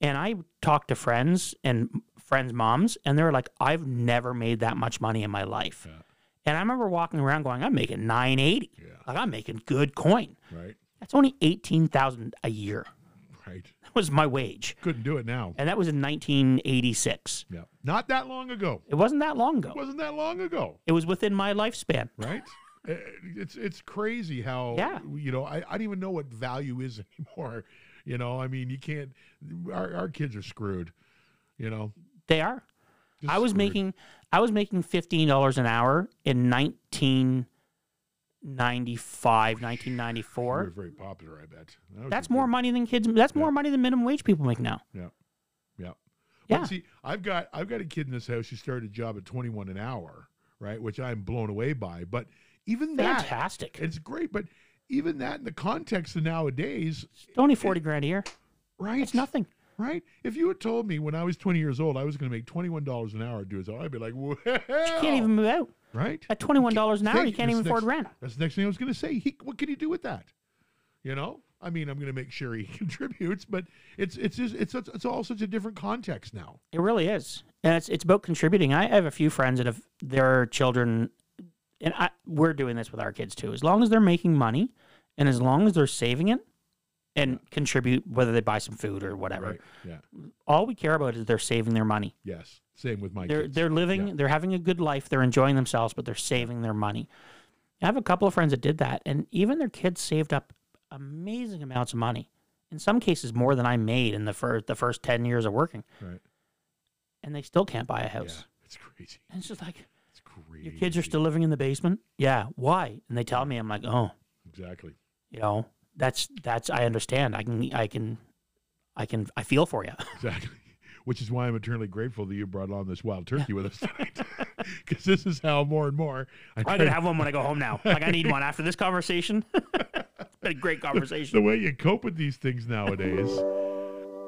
B: And I talked to friends and m- friends' moms, and they were like, I've never made that much money in my life.
A: Yeah.
B: And I remember walking around going, I'm making 980.
A: Yeah.
B: Like I'm making good coin.
A: Right.
B: That's only 18,000 a year.
A: Right.
B: That was my wage.
A: Couldn't do it now.
B: And that was in 1986.
A: Yeah. Not that long ago.
B: It wasn't that long ago.
A: Wasn't that long ago.
B: It was within my lifespan.
A: right? Uh, It's it's crazy how
B: Yeah.
A: you know I, I don't even know what value is anymore. You know, I mean, you can't. Our, our kids are screwed. You know,
B: They are.
A: Just
B: I was
A: screwed.
B: making I was making $15 an hour in 1995,
A: You
B: 1994.
A: were very popular. I bet That was
B: That's
A: a
B: more
A: big-
B: money than kids. That's more money than minimum wage people make now.
A: Yeah, yeah,
B: Yeah.
A: But see, I've got I've got a kid in this house who started a job at twenty one an hour, right? Which I'm blown away by. But even that,
B: Fantastic.
A: it's great. But even that, in the context of nowadays,
B: It's only forty grand a year.
A: right?
B: It's nothing.
A: Right? If you had told me when I was 20 years old I was going to make $21 an hour do it, I'd be like, well,
B: You can't even move out
A: right?
B: at twenty one dollars an hour.
A: Thank
B: You can't
A: That's
B: even afford
A: next-
B: rent.
A: That's the next thing I was going to say. He, what can he do with that? You know, I mean, I'm going to make sure he contributes, but it's it's just, it's it's all such a different context now.
B: It really is, and it's it's about contributing. I have a few friends that have their children, and I, we're doing this with our kids too. As long as they're making money, and as long as they're saving it, and contribute whether they buy some food or whatever.
A: Yeah.
B: All we care about is they're saving their money.
A: Yes. Same with my
B: They're
A: kids.
B: they're living, they're having a good life, they're enjoying themselves, but they're saving their money. I have a couple of friends that did that, and even their kids saved up amazing amounts of money. In some cases, more than I made in the first the first ten years of working,
A: right.
B: and they still can't buy a
A: Yeah.
B: house.
A: It's crazy.
B: And it's just like
A: It's crazy.
B: your kids are still living in the basement. Yeah, why? And they tell me, I'm like, oh,
A: exactly.
B: you know, that's that's I understand. I can I can I can I feel for you.
A: Exactly. Which is why I'm eternally grateful that you brought on this wild turkey with us tonight. Because this is how more and more I
B: I'm
A: try
B: gonna
A: to
B: have one when I go home now. Like I need one after this conversation. it's been a great
A: the
B: conversation.
A: way you cope with these things nowadays.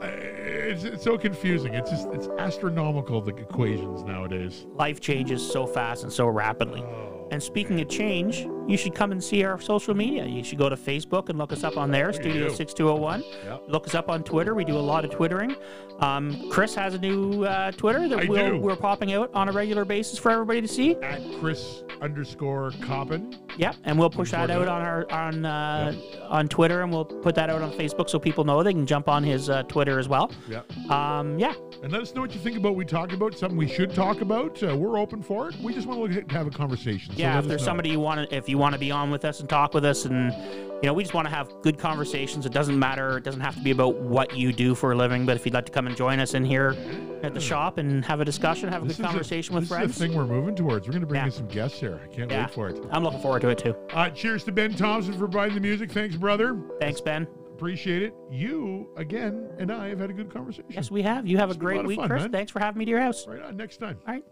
A: I- It's, it's so confusing. It's just it's astronomical the equations nowadays.
B: Life changes so fast and so rapidly.
A: Oh,
B: And speaking of change, you should come and see our social media. You should go to Facebook and look us up on there, Studio
A: do.
B: 6201.
A: Yep.
B: Look us up on Twitter. We do a lot of Twittering. Um, Chris has a new uh, Twitter that
A: I
B: we'll,
A: do.
B: we're popping out on a regular basis for everybody to see.
A: At Chris underscore Coppin.
B: Yep, and we'll push that
A: forward to
B: out on our on uh, on Twitter, and we'll put that out on Facebook so people know they can jump on his uh, Twitter as well.
A: Yep.
B: Um, yeah,
A: And let us know what you think about what we talked about, something we should talk about. Uh, we're open for it. We just want to look at, have a conversation. So
B: yeah.
A: let
B: if
A: us
B: there's
A: know.
B: somebody you want to, if you want to be on with us and talk with us, and you know, we just want to have good conversations. It doesn't matter. It doesn't have to be about what you do for a living, but if you'd like to come and join us in here at the shop and have a discussion, have a
A: This
B: good
A: is a-
B: conversation with
A: this
B: friends.
A: is the thing we're moving towards. We're going to bring
B: Yeah.
A: in some guests here. I can't
B: yeah,
A: wait for it.
B: I'm looking forward to it too.
A: Uh, cheers to Ben Thompson for providing the music. Thanks, brother.
B: Thanks, Ben.
A: Appreciate it. You again and I have had a good conversation.
B: Yes, we have. You have a
A: It's been a lot
B: great
A: of
B: week,
A: fun,
B: Chris.
A: man.
B: Thanks for having me to your house.
A: Right on. Next time.
B: All right.